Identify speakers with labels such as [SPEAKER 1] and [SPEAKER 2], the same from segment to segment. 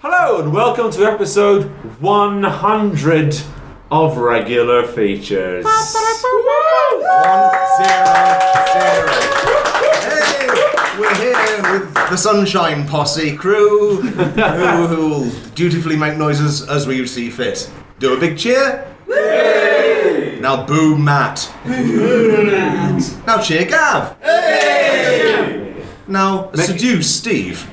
[SPEAKER 1] Hello and welcome to episode 100 of Regular Features.
[SPEAKER 2] One zero zero. Hey, we're here with the Sunshine Posse crew, who who will dutifully make noises as we see fit. Do a big cheer. Now boo Matt. now cheer Gav. Now seduce Steve.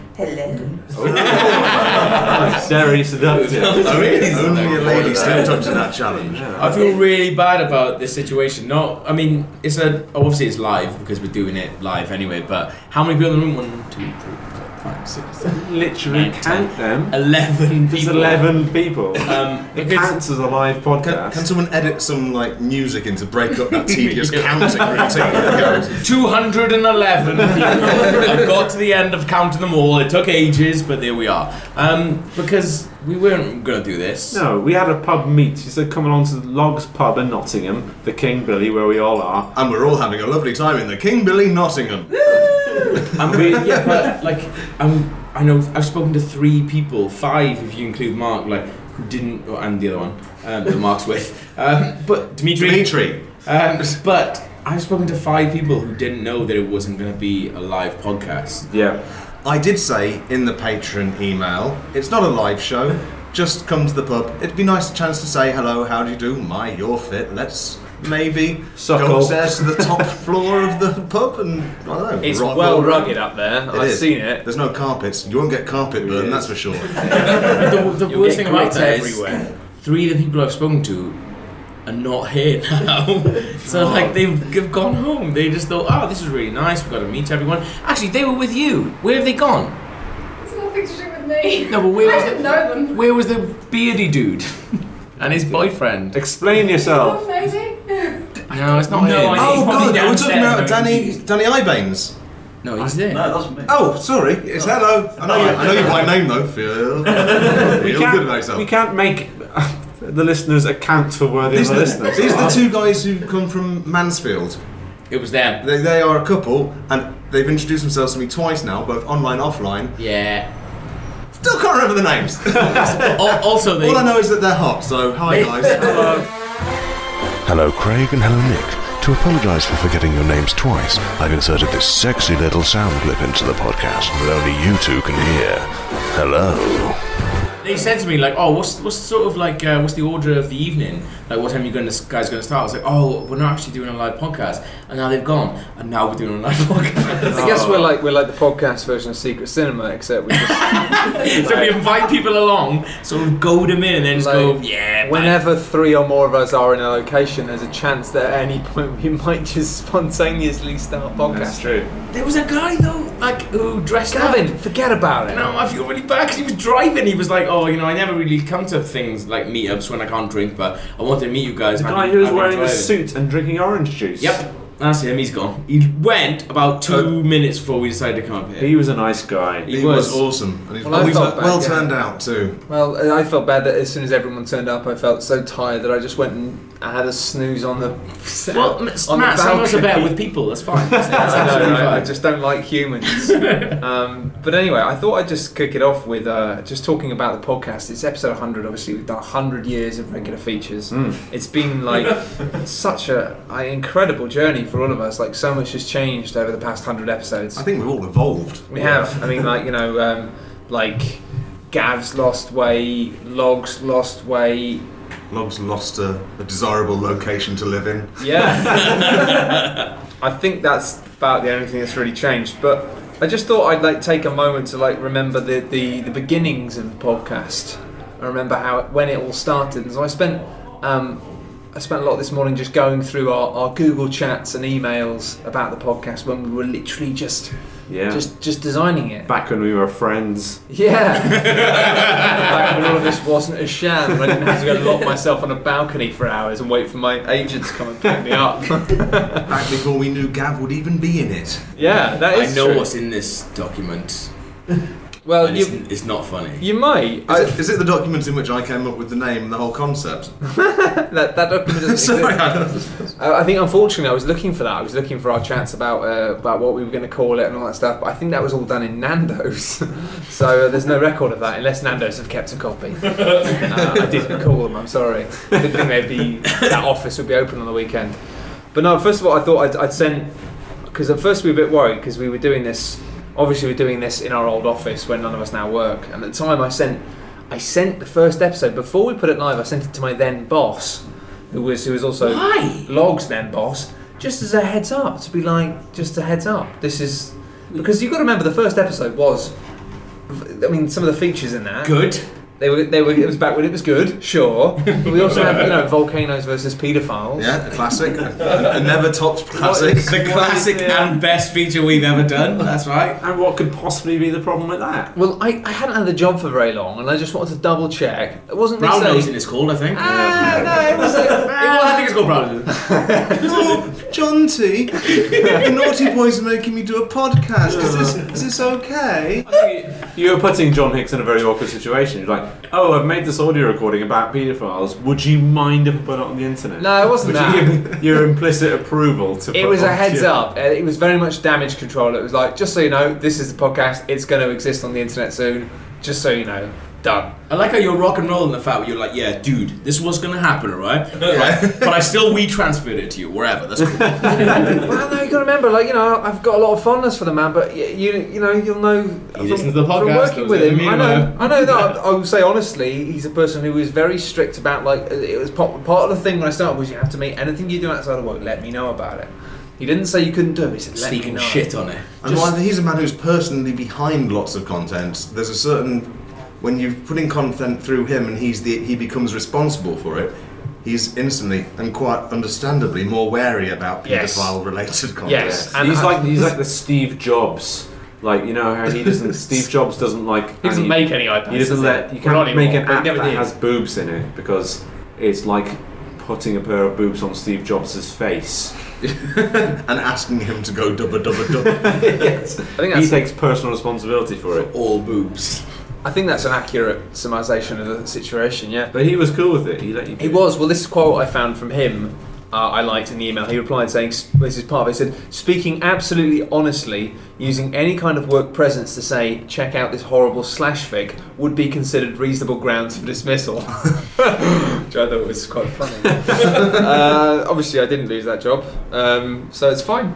[SPEAKER 1] Very seductive.
[SPEAKER 2] Only a lady stepped up to that challenge.
[SPEAKER 3] I feel really bad about this situation. Not, I mean, it's a obviously it's live because we're doing it live anyway. But how many people in the room? One, two, three, four, five, six, seven,
[SPEAKER 1] Literally
[SPEAKER 3] Nine,
[SPEAKER 1] count them.
[SPEAKER 3] eleven
[SPEAKER 1] There's
[SPEAKER 3] people.
[SPEAKER 1] 11 people.
[SPEAKER 3] Um,
[SPEAKER 1] It
[SPEAKER 3] because
[SPEAKER 1] counts as a live podcast.
[SPEAKER 2] Can, can someone edit some like music in to break up that tedious counting routine? that goes?
[SPEAKER 3] two hundred and eleven people. I've got to the end of counting them all. It took ages, but there we are. Um, because we weren't gonna do this.
[SPEAKER 1] No, we had a pub meet. She said, "Come along to the Logs Pub in Nottingham, the King Billy, where we all are."
[SPEAKER 2] And we're all having a lovely time in the King Billy Nottingham.
[SPEAKER 3] And we, yeah, but like, I'm, I know I've spoken to three people, five if you include Mark, like who didn't, oh, and the other one, um, that Mark's with, um, but Dimitri.
[SPEAKER 2] Dimitri.
[SPEAKER 3] Um, but I've spoken to five people who didn't know that it wasn't going to be a live podcast.
[SPEAKER 1] Yeah,
[SPEAKER 2] I did say in the patron email, it's not a live show. Just come to the pub. It'd be nice a chance to say hello, how do you do, my, you're fit. Let's maybe
[SPEAKER 1] Suckle.
[SPEAKER 2] go upstairs to the top floor of the pub and I don't know.
[SPEAKER 4] It's
[SPEAKER 2] rock-
[SPEAKER 4] well rugged up there.
[SPEAKER 2] It
[SPEAKER 4] I've
[SPEAKER 2] is.
[SPEAKER 4] seen it.
[SPEAKER 2] There's no carpets. You won't get carpet burn, that's for sure.
[SPEAKER 3] The, the worst
[SPEAKER 4] get
[SPEAKER 3] thing about
[SPEAKER 4] grits
[SPEAKER 3] that is
[SPEAKER 4] everywhere.
[SPEAKER 3] three of the people I've spoken to are not here now. so like they've, they've gone home. They just thought, oh, this was really nice. We've got to meet everyone. Actually, they were with you. Where have they gone?
[SPEAKER 5] It's nothing to do with me.
[SPEAKER 3] No, but Nou, where
[SPEAKER 5] I
[SPEAKER 3] was
[SPEAKER 5] don't know them.
[SPEAKER 3] Where was the beardy dude and his boyfriend?
[SPEAKER 1] explain yourself.
[SPEAKER 5] Oh, maybe.
[SPEAKER 3] No, it's not
[SPEAKER 4] No,
[SPEAKER 3] him.
[SPEAKER 4] I-
[SPEAKER 2] oh
[SPEAKER 4] He's
[SPEAKER 2] god,
[SPEAKER 4] probably
[SPEAKER 2] we're talking about
[SPEAKER 4] downstairs,
[SPEAKER 2] Danny Danny Ibanes.
[SPEAKER 3] no, he's there.
[SPEAKER 2] Oh, sorry. It's hello. I know, you, I know you by name though. Feel,
[SPEAKER 1] We
[SPEAKER 2] feel good about
[SPEAKER 1] can't,
[SPEAKER 2] yourself.
[SPEAKER 1] we can't make the listeners account for where the
[SPEAKER 2] These
[SPEAKER 1] other
[SPEAKER 2] are,
[SPEAKER 1] listeners
[SPEAKER 2] these are
[SPEAKER 1] are.
[SPEAKER 2] the two guys who come from Mansfield.
[SPEAKER 3] It was them.
[SPEAKER 2] They, they are a couple, and they've introduced themselves to me twice now, both online, offline.
[SPEAKER 3] Yeah.
[SPEAKER 2] Still can't remember the names.
[SPEAKER 3] Al- also, they.
[SPEAKER 2] All I know is that they're hot. So hi guys.
[SPEAKER 6] Hello, Craig, and hello, Nick. To apologise for forgetting your names twice, I've inserted this sexy little sound clip into the podcast that only you two can hear. Hello.
[SPEAKER 3] They said to me like, "Oh, what's what's sort of like uh, what's the order of the evening? Like, what time are you going to guys going to start?" I was like, "Oh, we're not actually doing a live podcast." And now they've gone, and now we're doing a live podcast.
[SPEAKER 4] I guess we're like we're like the podcast version of Secret Cinema, except we just,
[SPEAKER 3] so we invite people along, sort of goad them in, and then just go,
[SPEAKER 4] Like,
[SPEAKER 3] "Yeah." man."
[SPEAKER 4] whenever three or more of us are in a location, there's a chance that at any point we might just spontaneously start
[SPEAKER 1] That's
[SPEAKER 4] podcast.
[SPEAKER 1] true.
[SPEAKER 3] There was a guy though, like who dressed up.
[SPEAKER 4] Gavin, forget about it.
[SPEAKER 3] No, I feel really bad because he was driving. He was like, "Oh, you know, I never really come to things like meetups when I can't drink, but I wanted to meet you guys."
[SPEAKER 1] The
[SPEAKER 3] I've
[SPEAKER 1] guy
[SPEAKER 3] been-
[SPEAKER 1] who was
[SPEAKER 3] I've been
[SPEAKER 1] wearing a
[SPEAKER 3] driving."
[SPEAKER 1] suit and drinking orange juice.
[SPEAKER 3] Yep, that's him. He's gone. He went about two
[SPEAKER 1] Oh.
[SPEAKER 3] minutes before we decided to come up here.
[SPEAKER 1] He was a nice guy.
[SPEAKER 3] He
[SPEAKER 2] He was
[SPEAKER 3] was.
[SPEAKER 2] awesome, and he's
[SPEAKER 4] Well, I
[SPEAKER 2] well,
[SPEAKER 4] felt bad,
[SPEAKER 2] well
[SPEAKER 4] yeah.
[SPEAKER 2] turned out too.
[SPEAKER 4] Well, I- I felt bad that as soon as everyone turned up, I felt so tired that I just went and I had a snooze on the.
[SPEAKER 3] Well, M-
[SPEAKER 4] on the
[SPEAKER 3] Matt, someone's
[SPEAKER 4] balcony.
[SPEAKER 3] about with people. That's fine. That's, that's
[SPEAKER 4] I,
[SPEAKER 3] absolutely
[SPEAKER 4] know, I, I
[SPEAKER 3] fine.
[SPEAKER 4] just don't like humans. um, but anyway, I thought I'd just kick it off with uh, just talking about the podcast. It's episode 100. Obviously, we've done 100 years of regular features.
[SPEAKER 3] Hmm.
[SPEAKER 4] It's been like such a, an incredible journey for all of us. Like so much has changed over the past 100 episodes.
[SPEAKER 2] I think we've all evolved.
[SPEAKER 4] We have. I mean, like you know, um, like Gav's lost way, Logs lost way.
[SPEAKER 2] Logs lost a, a desirable location to live in.
[SPEAKER 4] Yeah. I think that's about the only thing that's really changed. But I just thought I'd like take a moment to like remember the the, the beginnings of the podcast. I remember how it, when it all started. And so I spent um, I spent a lot this morning just going through our, our Google chats and emails about the podcast when we were literally just
[SPEAKER 1] Yeah.
[SPEAKER 4] just just designing it.
[SPEAKER 1] Back when we were friends.
[SPEAKER 4] Yeah. Back when all of this wasn't a sham, and I didn't have to go lock myself on a balcony for hours and wait for my agent to come and pick me up.
[SPEAKER 2] Back before we knew Gav would even be in it.
[SPEAKER 4] yeah, that
[SPEAKER 3] I
[SPEAKER 4] is.
[SPEAKER 3] know
[SPEAKER 4] true.
[SPEAKER 3] what's in this document.
[SPEAKER 4] Well,
[SPEAKER 3] And it's,
[SPEAKER 4] Uh, you
[SPEAKER 3] it's not funny.
[SPEAKER 4] you might.
[SPEAKER 2] Is,
[SPEAKER 4] I,
[SPEAKER 2] it, is it the document in which I came up with the name and the whole concept?
[SPEAKER 4] that that document doesn't
[SPEAKER 2] Sorry,
[SPEAKER 4] exist.
[SPEAKER 2] I don't-
[SPEAKER 4] Uh, I think unfortunately I was looking for that. I was looking for our chats about uh, about what we were going to call it and all that stuff. But I think that was all done in Nando's, so uh, there's no record of that unless Nando's have kept a copy. uh, I didn't call them. I'm sorry. Didn't think they'd be that office would be open on the weekend. But no, first of all I thought I'd, I'd send because at first we were a bit worried because we were doing this. Obviously, we we're doing this in our old office where none of us now work. And at the time, I sent I sent the first episode before we put it live. I sent it to my then boss, who was who was also
[SPEAKER 3] Why?
[SPEAKER 4] Log's then boss, just as a heads up to be like, just a heads up. This is because you've got to remember the first episode was. I mean, some of the features in that
[SPEAKER 3] Good.
[SPEAKER 4] They were, they were. It was back when it was good, sure. But we also have, you know, volcanoes versus paedophiles.
[SPEAKER 2] Yeah, a classic. a, a never topped classic.
[SPEAKER 4] is-
[SPEAKER 3] The
[SPEAKER 4] What
[SPEAKER 3] classic
[SPEAKER 4] is, uh,
[SPEAKER 3] and best feature we've ever done. That's right.
[SPEAKER 1] And what could possibly be the problem with that?
[SPEAKER 4] Well, I, I hadn't had the job for very long, and I just wanted to double check. It wasn't
[SPEAKER 3] Brown
[SPEAKER 4] necessarily-
[SPEAKER 3] nosing is called, I think.
[SPEAKER 4] Ah, no, it was a,
[SPEAKER 3] It was- I think it's called brown nosing.
[SPEAKER 2] Oh, John T, the naughty boys are making me do a podcast. Is this is this okay?
[SPEAKER 1] You're putting John Hicks in a very awkward situation. You're like, oh, I've made this audio recording about paedophiles. Would you mind if I put it on the internet?
[SPEAKER 4] no, it wasn't
[SPEAKER 1] Would
[SPEAKER 4] that.
[SPEAKER 1] you give me your implicit approval to?
[SPEAKER 4] it
[SPEAKER 1] put
[SPEAKER 4] was a
[SPEAKER 1] on-
[SPEAKER 4] heads
[SPEAKER 1] Yeah.
[SPEAKER 4] up. uh, It was very much damage control. It was like, just so you know, this is the podcast. It's going to exist on the internet soon. Just so you know, done.
[SPEAKER 3] I like how you're rock and rolling the fact where you're like, yeah, dude, this was gonna happen, alright? Like, but I still we transferred it to you wherever. That's cool.
[SPEAKER 4] well, no, you got to remember, like you know, I've got a lot of fondness for the man, but y- you you know, you'll know. from-
[SPEAKER 3] listens to the
[SPEAKER 4] from
[SPEAKER 3] podcast,
[SPEAKER 4] working with
[SPEAKER 3] doesn't
[SPEAKER 4] him,
[SPEAKER 3] he?
[SPEAKER 4] I know.
[SPEAKER 3] Me
[SPEAKER 4] I know that. I will say honestly, he's a person who was very strict about like uh, it was part, part of the thing when I started was you have to make anything you do outside of work, let me know about it. He didn't say you couldn't do it. He said, let me
[SPEAKER 3] Sneaking
[SPEAKER 4] know.
[SPEAKER 3] shit on it.
[SPEAKER 2] And while he's a man who's personally behind lots of content, there's a certain when you're putting content through him and he's the he becomes responsible for it. He's instantly and quite understandably more wary about
[SPEAKER 4] Yes.
[SPEAKER 2] paedophile related content.
[SPEAKER 4] Yes, and
[SPEAKER 1] he's
[SPEAKER 4] I-
[SPEAKER 1] like he's like the Steve Jobs. Like you know how he doesn't. Steve Jobs doesn't like.
[SPEAKER 4] He doesn't
[SPEAKER 1] any-
[SPEAKER 4] make any iPads.
[SPEAKER 1] He doesn't
[SPEAKER 4] does
[SPEAKER 1] let
[SPEAKER 4] he?
[SPEAKER 1] you
[SPEAKER 4] Well, not
[SPEAKER 1] can't make
[SPEAKER 4] anymore,
[SPEAKER 1] an
[SPEAKER 4] but he
[SPEAKER 1] app
[SPEAKER 4] never
[SPEAKER 1] that
[SPEAKER 4] did.
[SPEAKER 1] has boobs in it because it's like putting a pair of boobs on Steve Jobs' face.
[SPEAKER 2] And asking him to go dubba dubba dubba.
[SPEAKER 4] I think
[SPEAKER 1] He
[SPEAKER 4] that's
[SPEAKER 1] takes personal responsibility for it,
[SPEAKER 3] All boobs.
[SPEAKER 4] I think that's an accurate summarization of the situation. Yeah.
[SPEAKER 1] but he was cool with it. He let you. do
[SPEAKER 4] He
[SPEAKER 1] it.
[SPEAKER 4] was. Well, this is quite what I found from him. Uh, I liked in the email. He replied saying, s- "This is part of it." He said, "Speaking absolutely honestly, using any kind of work presence to say check out this horrible slash fic would be considered reasonable grounds for dismissal." Which I thought was quite funny. uh, obviously, I didn't lose that job, um, so it's fine.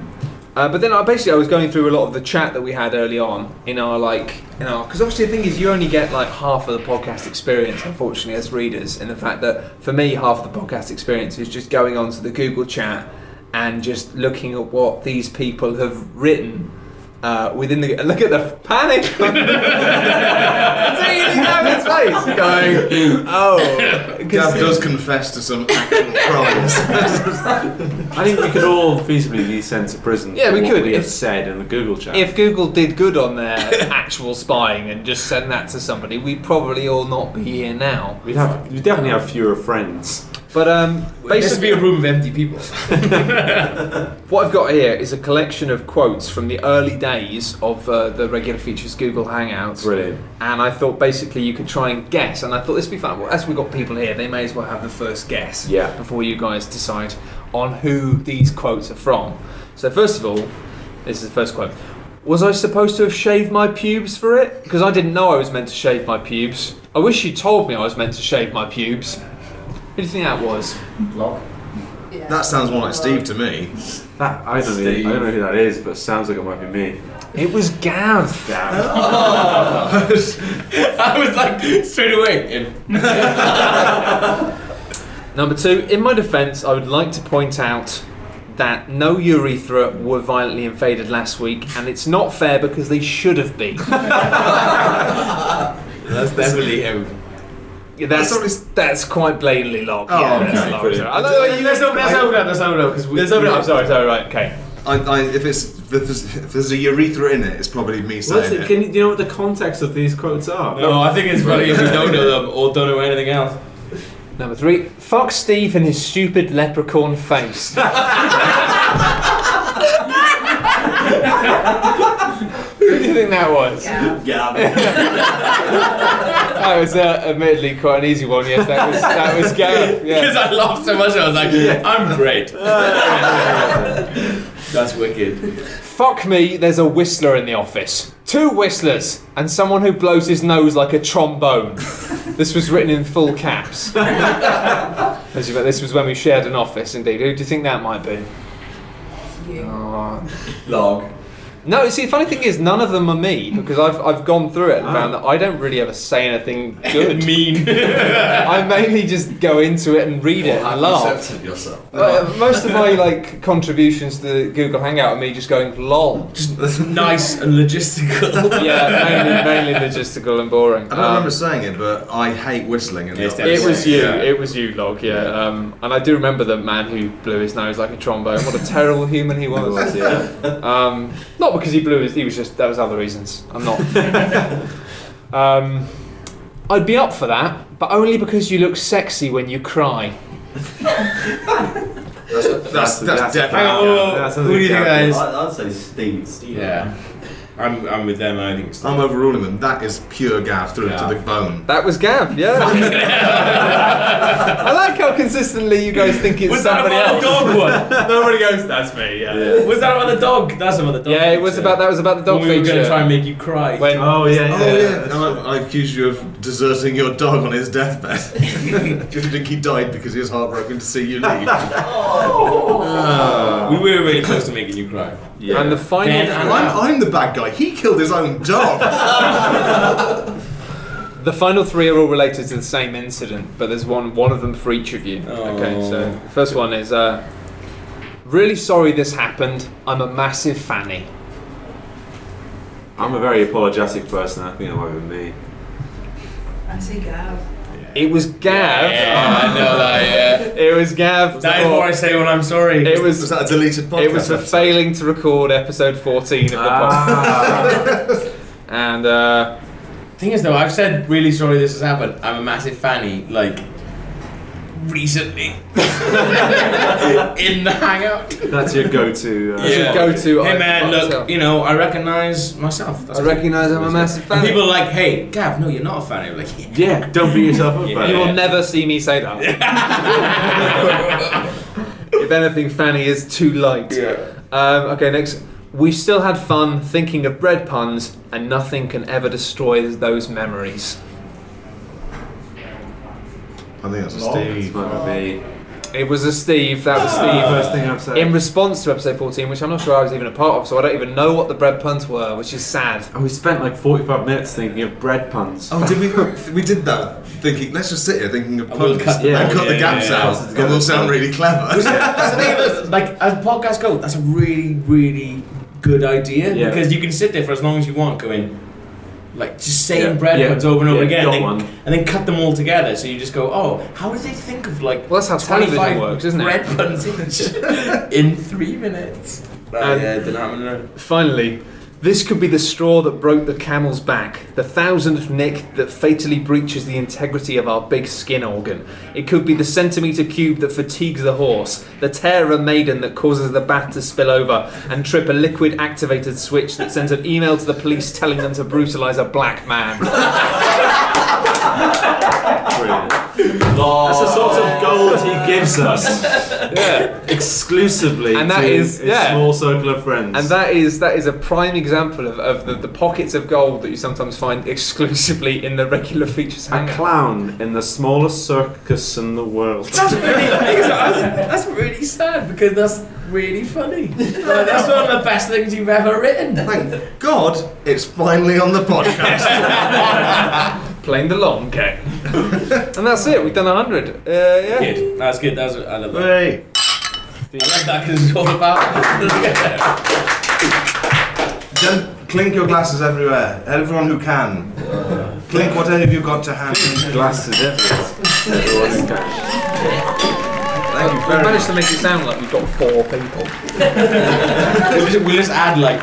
[SPEAKER 4] Uh, but then I basically I was going through a lot of the chat that we had early on in our like in our because obviously the thing is you only get like half of the podcast experience unfortunately as readers in the fact that for me half of the podcast experience is just going onto the Google chat and just looking at what these people have written uh, within the look at the panic Seeing Gavin's face going oh 'cause-
[SPEAKER 2] Gav does confess to some actual crimes.
[SPEAKER 1] I think we could all feasibly be sent to prison.
[SPEAKER 4] Yeah,
[SPEAKER 1] for
[SPEAKER 4] we
[SPEAKER 1] what
[SPEAKER 4] could,
[SPEAKER 1] We have
[SPEAKER 4] if-
[SPEAKER 1] said in the Google chat.
[SPEAKER 4] If Google did good on their actual spying and just send that to somebody, we'd probably all not be here now.
[SPEAKER 1] we'd have, we'd definitely have fewer friends.
[SPEAKER 4] But um,
[SPEAKER 3] This would be
[SPEAKER 4] basically,
[SPEAKER 3] a room of empty people.
[SPEAKER 4] what I've got here is a collection of quotes from the early days of uh, the regular features Google Hangouts.
[SPEAKER 1] Brilliant.
[SPEAKER 4] And I thought basically you could try and guess. And I thought this would be fun. Well, as we've got people here, they may as well have the first guess
[SPEAKER 1] Yeah.
[SPEAKER 4] before you guys decide on who these quotes are from. So, first of all, this is the first quote. Was I supposed to have shaved my pubes for it? Because I didn't know I was meant to shave my pubes. I wish you told me I was meant to shave my pubes. Who do you think that was?
[SPEAKER 5] Yeah.
[SPEAKER 2] That sounds more like Steve to me.
[SPEAKER 1] That I don't, know, I don't know who that is, but it sounds like it might be me.
[SPEAKER 4] It was Gav.
[SPEAKER 1] Damn.
[SPEAKER 3] I was like straight away in.
[SPEAKER 4] Number two, in my defence, I would like to point out that no urethra were violently invaded last week, and it's not fair because they should have been.
[SPEAKER 3] That's definitely him.
[SPEAKER 4] Yeah, that's
[SPEAKER 2] That's
[SPEAKER 4] that's,
[SPEAKER 2] always-
[SPEAKER 4] quite blatantly long.
[SPEAKER 2] Oh,
[SPEAKER 4] yeah,
[SPEAKER 2] okay,
[SPEAKER 4] that's long.
[SPEAKER 1] brilliant.
[SPEAKER 4] I know, you- let's open, let's open up. Let's open up because let's open up. I'm sorry, sorry, right, okay.
[SPEAKER 2] I, I, if, it's, if, there's, if there's a urethra in it, it's probably me
[SPEAKER 1] What's
[SPEAKER 2] saying
[SPEAKER 1] the,
[SPEAKER 2] it.
[SPEAKER 1] can you, do you know what the context of these quotes are?
[SPEAKER 3] No, I think it's funny if you don't know them or don't know anything else.
[SPEAKER 4] Number three, fuck Steve and his stupid leprechaun face. Who do you think that was?
[SPEAKER 5] Yeah.
[SPEAKER 2] Gav.
[SPEAKER 4] that was uh, admittedly quite an easy one. Yes, that was that was Gareth. Yeah.
[SPEAKER 3] Because I laughed so much, I was like, I'm great. That's wicked.
[SPEAKER 4] Fuck me, there's a whistler in the office. Two whistlers and someone who blows his nose like a trombone. this was written in full caps. As you bet, this was when we shared an office, indeed. Who do you think that might be? Uh,
[SPEAKER 5] You.
[SPEAKER 3] Log.
[SPEAKER 4] No, you see, the funny thing is, none of them are me because I've, I've gone through it and found that I don't really ever say anything good.
[SPEAKER 3] Ah. Mean.
[SPEAKER 4] I mainly just go into it and read it and laugh.
[SPEAKER 7] yourself.
[SPEAKER 4] Uh, most of my like contributions to the Google Hangout are me just going lol.
[SPEAKER 3] Just nice and logistical.
[SPEAKER 4] yeah, mainly, mainly logistical and boring.
[SPEAKER 2] I don't
[SPEAKER 4] Um,
[SPEAKER 2] remember saying it, but I hate whistling. In the
[SPEAKER 3] Yes,
[SPEAKER 2] office.
[SPEAKER 3] definitely.
[SPEAKER 4] It was you.
[SPEAKER 3] Yeah.
[SPEAKER 4] It was you, Log. Yeah. Um, and I do remember the man who blew his nose like a trombone. What a terrible human he was. Um, not because he blew his. He was just. That was other reasons. I'm not. um, I'd be up for that, but only because you look sexy when you cry.
[SPEAKER 2] That's, that's, definitely.
[SPEAKER 1] who do you think that
[SPEAKER 7] I'd, I'd say Steve.
[SPEAKER 3] Yeah. I'm, I'm with them, I think it's
[SPEAKER 2] I'm overruling them. That is pure gaff through
[SPEAKER 3] Yeah.
[SPEAKER 2] to the bone.
[SPEAKER 4] That was Gav. Yeah. I like how consistently you guys think it's
[SPEAKER 8] Was that
[SPEAKER 4] somebody
[SPEAKER 8] about
[SPEAKER 4] else.
[SPEAKER 8] the dog one? Nobody goes, that's me, yeah. Was that about the dog? That's about the dog.
[SPEAKER 4] Yeah, it was about that was about the dog
[SPEAKER 3] we were
[SPEAKER 4] feature.
[SPEAKER 3] going to try and make you cry.
[SPEAKER 4] when
[SPEAKER 1] Oh yeah, yeah.
[SPEAKER 2] Oh yeah, no, I, I accused you of deserting your dog on his deathbed. Do you think he died because he was heartbroken to see you leave?
[SPEAKER 3] we were really close to making you cry.
[SPEAKER 1] Yeah.
[SPEAKER 4] and the final.
[SPEAKER 3] Then and
[SPEAKER 2] I'm, I'm the bad guy. He killed his own dog.
[SPEAKER 4] The final three are all related to the same incident, but there's one one of them for each of you. Okay,
[SPEAKER 3] Oh.
[SPEAKER 4] so the first one is uh, really sorry this happened. I'm a massive fanny.
[SPEAKER 1] I'm a very apologetic person. I think that might be me.
[SPEAKER 5] I see Gav.
[SPEAKER 4] It was Gav.
[SPEAKER 8] Yeah, I know that, yeah.
[SPEAKER 4] It was Gav.
[SPEAKER 8] That is
[SPEAKER 4] for-
[SPEAKER 8] what I say when I'm sorry.
[SPEAKER 4] it
[SPEAKER 2] Was
[SPEAKER 4] was.
[SPEAKER 2] that a deleted podcast?
[SPEAKER 4] It was for failing to record episode 14 of the
[SPEAKER 8] Ah.
[SPEAKER 4] Ah. podcast. And uh,
[SPEAKER 3] Thing is, though, I've said really sorry this has happened. I'm a massive fanny, like, recently. In the hangout.
[SPEAKER 1] That's your go-to. Uh,
[SPEAKER 3] Yeah.
[SPEAKER 4] go to.
[SPEAKER 3] Hey,
[SPEAKER 4] I
[SPEAKER 3] man,
[SPEAKER 4] fucked
[SPEAKER 3] look,
[SPEAKER 4] myself.
[SPEAKER 3] you know, I recognize myself. That's
[SPEAKER 4] I recognise I'm a massive
[SPEAKER 3] And
[SPEAKER 4] fanny.
[SPEAKER 3] people are like, hey, Gav, no, you're not a fanny. I'm like, yeah.
[SPEAKER 1] Yeah, don't beat yourself up. about
[SPEAKER 3] Yeah.
[SPEAKER 4] You
[SPEAKER 1] it.
[SPEAKER 4] will never see me say that. if anything, Fanny is too light. Um, okay, next. We still had fun thinking of bread puns, and nothing can ever destroy those memories.
[SPEAKER 2] I think that's a
[SPEAKER 1] This
[SPEAKER 2] Steve.
[SPEAKER 1] might be me.
[SPEAKER 4] It was a Steve. That was Steve.
[SPEAKER 1] Ah. First thing I've said.
[SPEAKER 4] Uh, In response to episode 14, which I'm not sure I was even a part of, so I don't even know what the bread puns were, which is sad.
[SPEAKER 1] and we spent like 45 minutes thinking of bread puns.
[SPEAKER 2] Oh, did we? We did that thinking. Let's just sit here thinking of
[SPEAKER 3] we'll
[SPEAKER 2] puns
[SPEAKER 3] cut the-
[SPEAKER 2] and cut
[SPEAKER 3] yeah,
[SPEAKER 2] the gaps
[SPEAKER 3] yeah,
[SPEAKER 2] out, and we'll sound really clever.
[SPEAKER 3] That's the thing, that's- like, as podcasts go, that's a really, really good idea
[SPEAKER 1] Yeah.
[SPEAKER 3] because you can sit there for as long as you want going, like, just saying
[SPEAKER 1] Yeah.
[SPEAKER 3] bread
[SPEAKER 1] Yeah.
[SPEAKER 3] puns over and over
[SPEAKER 1] Yeah,
[SPEAKER 3] again
[SPEAKER 1] got
[SPEAKER 3] and
[SPEAKER 1] one.
[SPEAKER 3] then, and then cut them all together. So you just go, oh, how did they think of, like,
[SPEAKER 4] Well, that's how television
[SPEAKER 3] 25
[SPEAKER 4] works, isn't it?
[SPEAKER 3] bread puns each in three minutes?
[SPEAKER 4] Um,
[SPEAKER 3] yeah, didn't happen.
[SPEAKER 4] Finally, this could be the straw that broke the camel's back, the thousandth nick that fatally breaches the integrity of our big skin organ. It could be the centimetre cube that fatigues the horse, the tear of a maiden that causes the bath to spill over, and trip a liquid activated switch that sends an email to the police telling them to brutalise a black man.
[SPEAKER 1] Brilliant. That's the sort of gold he gives us. Exclusively
[SPEAKER 4] And that
[SPEAKER 1] to
[SPEAKER 4] is-
[SPEAKER 1] his
[SPEAKER 4] yeah.
[SPEAKER 1] small circle of friends.
[SPEAKER 4] And that is that is a prime example of, of the, the pockets of gold that you sometimes find exclusively in the regular features
[SPEAKER 1] a
[SPEAKER 4] hangout.
[SPEAKER 1] clown in the smallest circus in the world.
[SPEAKER 3] That's really, that's really sad because that's really funny. Like, that's one of the best things you've ever written.
[SPEAKER 2] Thank God it's finally on the podcast.
[SPEAKER 4] Playing the long game. and that's it, we've done 100. Uh, yeah.
[SPEAKER 3] Good. That's good. That's I love that.
[SPEAKER 2] Hey.
[SPEAKER 3] I love that because it's all about.
[SPEAKER 2] Don't clink your glasses everywhere. Everyone who can. clink whatever you've got to hand.
[SPEAKER 1] Glasses everywhere. Everyone in cash.
[SPEAKER 2] Thank you
[SPEAKER 4] We've
[SPEAKER 2] very much.
[SPEAKER 4] managed to make it sound like we've got four people.
[SPEAKER 3] we'll, just, we'll just add like.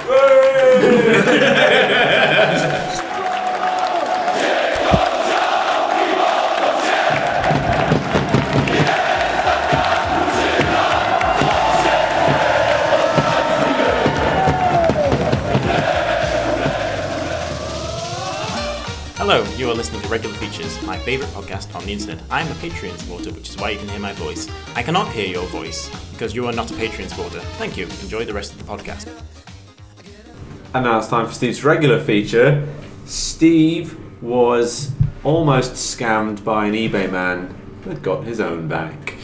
[SPEAKER 8] Hello, you are
[SPEAKER 9] are listening to Regular Features, my favourite podcast on the internet. I am a Patreon supporter, which is why you can hear my voice. I cannot hear your voice because you are not a Patreon supporter. Thank you. Enjoy the rest of the podcast.
[SPEAKER 1] And now it's time for Steve's regular feature. Steve was almost scammed by an eBay man, but got his own back.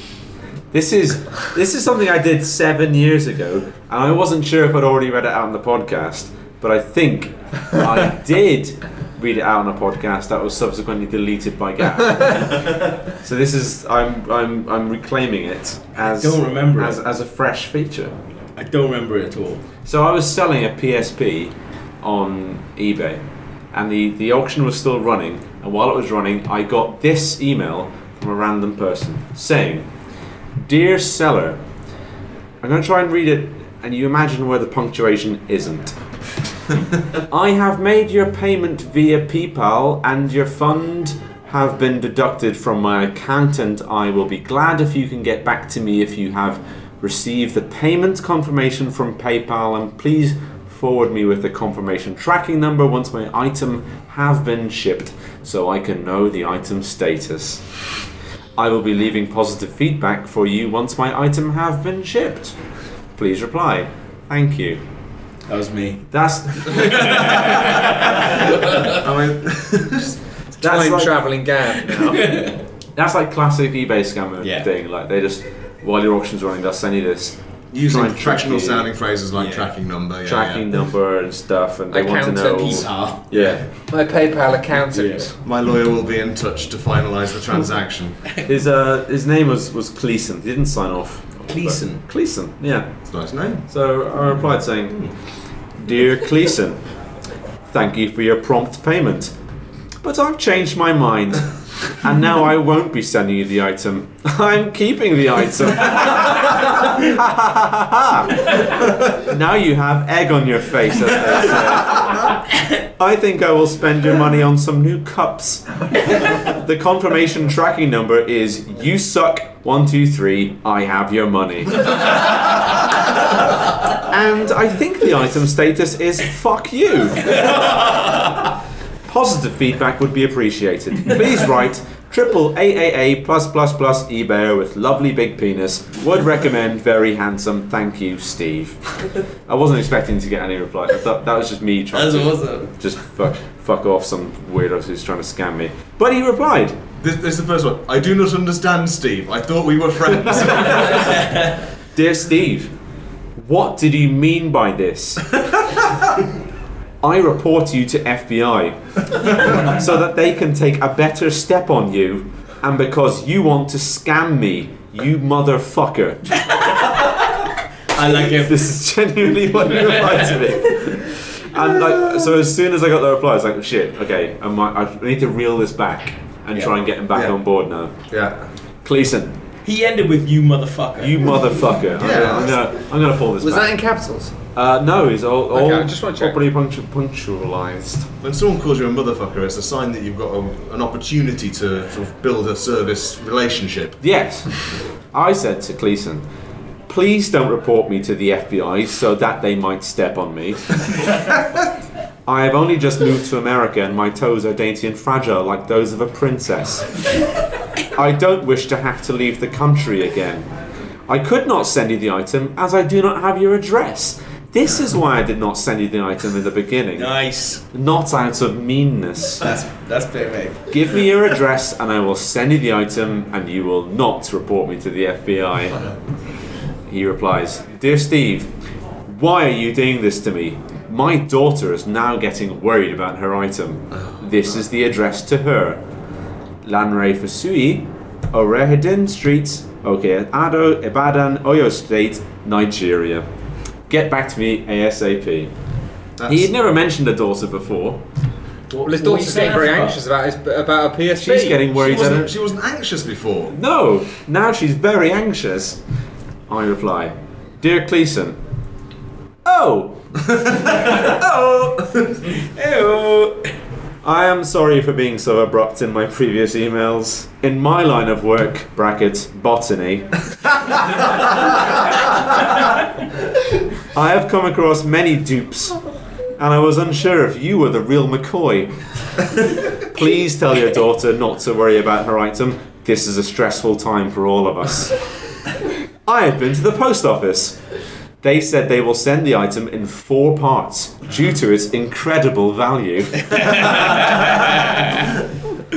[SPEAKER 1] This is this is something I did seven years ago, and I wasn't sure if I'd already read it out on the podcast, but I think I did read it out on a podcast that was subsequently deleted by Gap. so this is I'm I'm I'm reclaiming it as
[SPEAKER 3] Don't remember
[SPEAKER 1] as,
[SPEAKER 3] it.
[SPEAKER 1] as a fresh feature.
[SPEAKER 3] I don't remember it at all.
[SPEAKER 1] So I was selling a PSP on eBay, and the, the auction was still running. And while it was running, I got this email from a random person saying, "Dear seller, I'm going to try and read it, and you imagine where the punctuation isn't." I have made your payment via PayPal and your fund have been deducted from my account and I will be glad if you can get back to me if you have received the payment confirmation from PayPal and please forward me with the confirmation tracking number once my item have been shipped so I can know the item status. I will be leaving positive feedback for you once my item have been shipped. Please reply. Thank you.
[SPEAKER 3] That was me.
[SPEAKER 1] That's
[SPEAKER 2] I mean,
[SPEAKER 1] that's
[SPEAKER 4] Time
[SPEAKER 1] like,
[SPEAKER 4] traveling Gav now.
[SPEAKER 1] that's like classic eBay scammer
[SPEAKER 3] Yeah.
[SPEAKER 1] thing. Like they just while your auction's running, they'll send you this
[SPEAKER 2] using
[SPEAKER 1] Try and track
[SPEAKER 2] professional
[SPEAKER 1] the-
[SPEAKER 2] sounding phrases like
[SPEAKER 3] Yeah.
[SPEAKER 2] tracking number, yeah,
[SPEAKER 1] tracking
[SPEAKER 2] yeah.
[SPEAKER 1] number and stuff, and they want to know.
[SPEAKER 4] Accountant.
[SPEAKER 3] Ah,
[SPEAKER 1] Yeah,
[SPEAKER 4] My PayPal accountant.
[SPEAKER 2] My lawyer will be in touch to finalise the transaction.
[SPEAKER 1] his uh his name was was Cleason. He didn't sign off.
[SPEAKER 3] Cleason?
[SPEAKER 1] Cleason. Yeah.
[SPEAKER 2] It's a nice name.
[SPEAKER 1] So I replied saying, Dear Cleason, thank you for your prompt payment, but I've changed my mind. And now I won't be sending you the item. I'm keeping the item. now you have egg on your face, as they say. I think I will spend your money on some new cups. The confirmation tracking number is you suck one two three. I have your money. And I think the item status is fuck you. Positive feedback would be appreciated. Please write triple AAA plus plus plus eBayer with lovely big penis. Would recommend very handsome. Thank you, Steve. I wasn't expecting to get any reply. I thought that was just me trying
[SPEAKER 10] That's
[SPEAKER 1] to
[SPEAKER 10] awesome.
[SPEAKER 1] just fuck, fuck off some weirdos who's trying to scam me. But he replied.
[SPEAKER 2] This, this is the first one. I do not understand, Steve. I thought we were friends.
[SPEAKER 1] Dear Steve, what did you mean by this? I report you to FBI so that they can take a better step on you, and because you want to scam me, you motherfucker.
[SPEAKER 10] I like it.
[SPEAKER 1] This is genuinely what you replied to me. And like, so as soon as I got the reply, I was like, "Oh, shit, okay, I, might, I need to reel this back and try and get him back
[SPEAKER 2] Yeah.
[SPEAKER 1] on board now.
[SPEAKER 2] yeah.
[SPEAKER 1] Cleason,
[SPEAKER 10] He ended with you, motherfucker.
[SPEAKER 1] you motherfucker. I'm,
[SPEAKER 2] Yeah,
[SPEAKER 1] gonna, I'm, gonna, I'm gonna pull this
[SPEAKER 4] Was
[SPEAKER 1] back.
[SPEAKER 4] that in capitals?
[SPEAKER 1] Uh, no, it's all, all
[SPEAKER 4] I just wanna check.
[SPEAKER 1] properly punctu- punctualized.
[SPEAKER 2] When someone calls you a motherfucker, it's a sign that you've got a, an opportunity to sort of build a service relationship.
[SPEAKER 1] Yes, I said to Cleason, please don't report me to the FBI so that they might step on me. I have only just moved to America and my toes are dainty and fragile like those of a princess. I don't wish to have to leave the country again. I could not send you the item as I do not have your address. This is why I did not send you the item in the beginning,
[SPEAKER 10] Nice.
[SPEAKER 1] not out of meanness.
[SPEAKER 10] That's that's big, mate.
[SPEAKER 1] Give me your address and I will send you the item and you will not report me to the FBI. He replies, Dear Steve, why are you doing this to me? My daughter is now getting worried about her item. This is the address to her. Lanre Fasui, Orehedin Street, okay, Ado, Ibadan, Oyo State, Nigeria. Get back to me ASAP.
[SPEAKER 2] That's,
[SPEAKER 1] He had never mentioned a daughter before.
[SPEAKER 4] Well, his daughter's getting very anxious about his, about her PSP.
[SPEAKER 1] She's getting
[SPEAKER 2] she,
[SPEAKER 1] worried.
[SPEAKER 2] wasn't, she wasn't anxious before.
[SPEAKER 1] No, now she's very anxious. I reply, Dear Cleason, Oh! oh! Ew! I am sorry for being so abrupt in my previous emails. In my line of work, brackets, botany, I have come across many dupes, and I was unsure if you were the real McCoy. Please tell your daughter not to worry about her item. This is a stressful time for all of us. I have been to the post office. They said they will send the item in four parts due to its incredible value.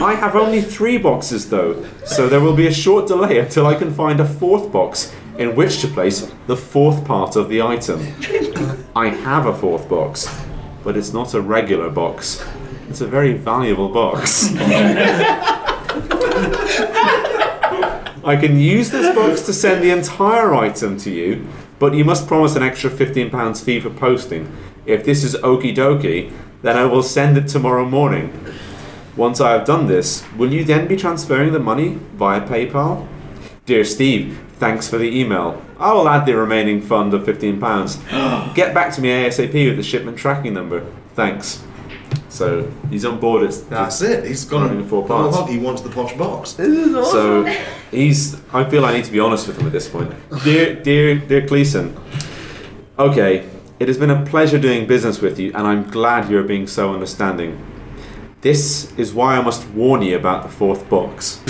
[SPEAKER 1] I have only three boxes though, so there will be a short delay until I can find a fourth box in which to place the fourth part of the item. I have a fourth box, but it's not a regular box. It's a very valuable box. I can use this box to send the entire item to you, but you must promise an extra £15 fee for posting. If this is okie dokie, then I will send it tomorrow morning. Once I have done this, will you then be transferring the money via PayPal? Dear Steve, thanks for the email. I will add the remaining fund of £15. Get back to me ASAP with the shipment tracking number. Thanks. So he's on board. It's
[SPEAKER 2] That's it. He's
[SPEAKER 1] Not
[SPEAKER 2] gone.
[SPEAKER 1] even four parts.
[SPEAKER 2] He wants the posh box.
[SPEAKER 1] So he's. I feel I need to be honest with him at this point. Dear, dear, dear Gleason. Okay, it has been a pleasure doing business with you, and I'm glad you're being so understanding. This is why I must warn you about the fourth box.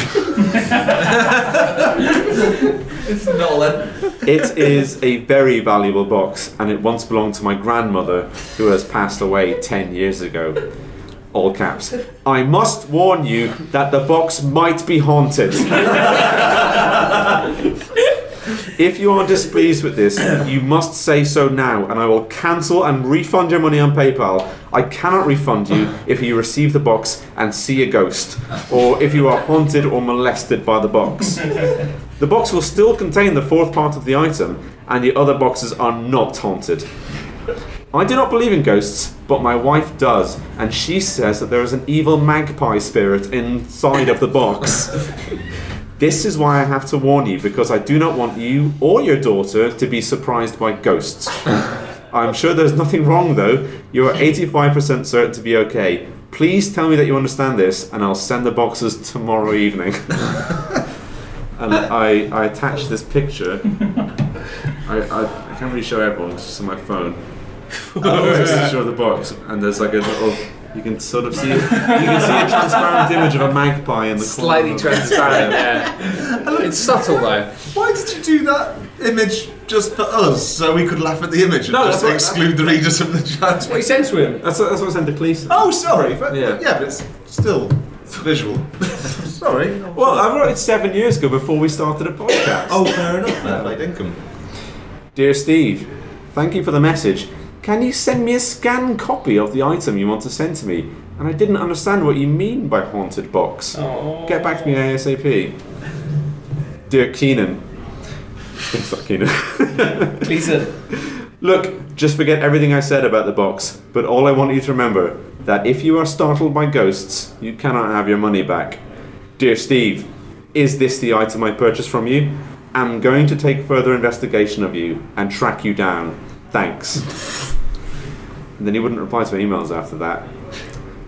[SPEAKER 4] It's Nolan.
[SPEAKER 1] It is a very valuable box, and it once belonged to my grandmother, who has passed away 10 years ago. All caps. I must warn you that the box might be haunted. if you are displeased with this, you must say so now, and I will cancel and refund your money on PayPal. I cannot refund you if you receive the box and see a ghost, or if you are haunted or molested by the box. The box will still contain the fourth part of the item, and the other boxes are not haunted. I do not believe in ghosts, but my wife does, and she says that there is an evil magpie spirit inside of the box. this is why I have to warn you, because I do not want you or your daughter to be surprised by ghosts. I'm sure there's nothing wrong though. You are 85% certain to be okay. Please tell me that you understand this, and I'll send the boxes tomorrow evening. and I, I attached this picture. I, I, I can't really show everyone, it's just on my phone. It's a picture of the box, and there's like a little. You can sort of see you can see a transparent image of a magpie in the
[SPEAKER 4] Slightly
[SPEAKER 1] corner.
[SPEAKER 4] transparent, yeah.
[SPEAKER 11] It's subtle though.
[SPEAKER 2] Why did you do that image just for us, so we could laugh at the image and
[SPEAKER 1] No,
[SPEAKER 2] just
[SPEAKER 1] that's what-
[SPEAKER 2] exclude the readers from the chat?
[SPEAKER 3] What he sent to him?
[SPEAKER 1] That's what, that's what I sent to Cleese.
[SPEAKER 2] Oh, sorry. But,
[SPEAKER 1] Yeah.
[SPEAKER 2] yeah. but it's still visual. sorry.
[SPEAKER 1] Well, I wrote it seven years ago before we started a podcast.
[SPEAKER 2] Oh, fair enough. Fair play, Dinkum.
[SPEAKER 1] Dear Steve, thank you for the message. Can you send me a scan copy of the item you want to send to me? And I didn't understand what you mean by haunted box. Get back to me ASAP. Dear Keenan. It's not Keenan.
[SPEAKER 3] Gleason.
[SPEAKER 1] Look, just forget everything I said about the box, but all I want you to remember that if you are startled by ghosts, you cannot have your money back. Dear Steve, is this the item I purchased from you? I'm going to take further investigation of you and track you down. Thanks. and then he wouldn't reply to my emails after that.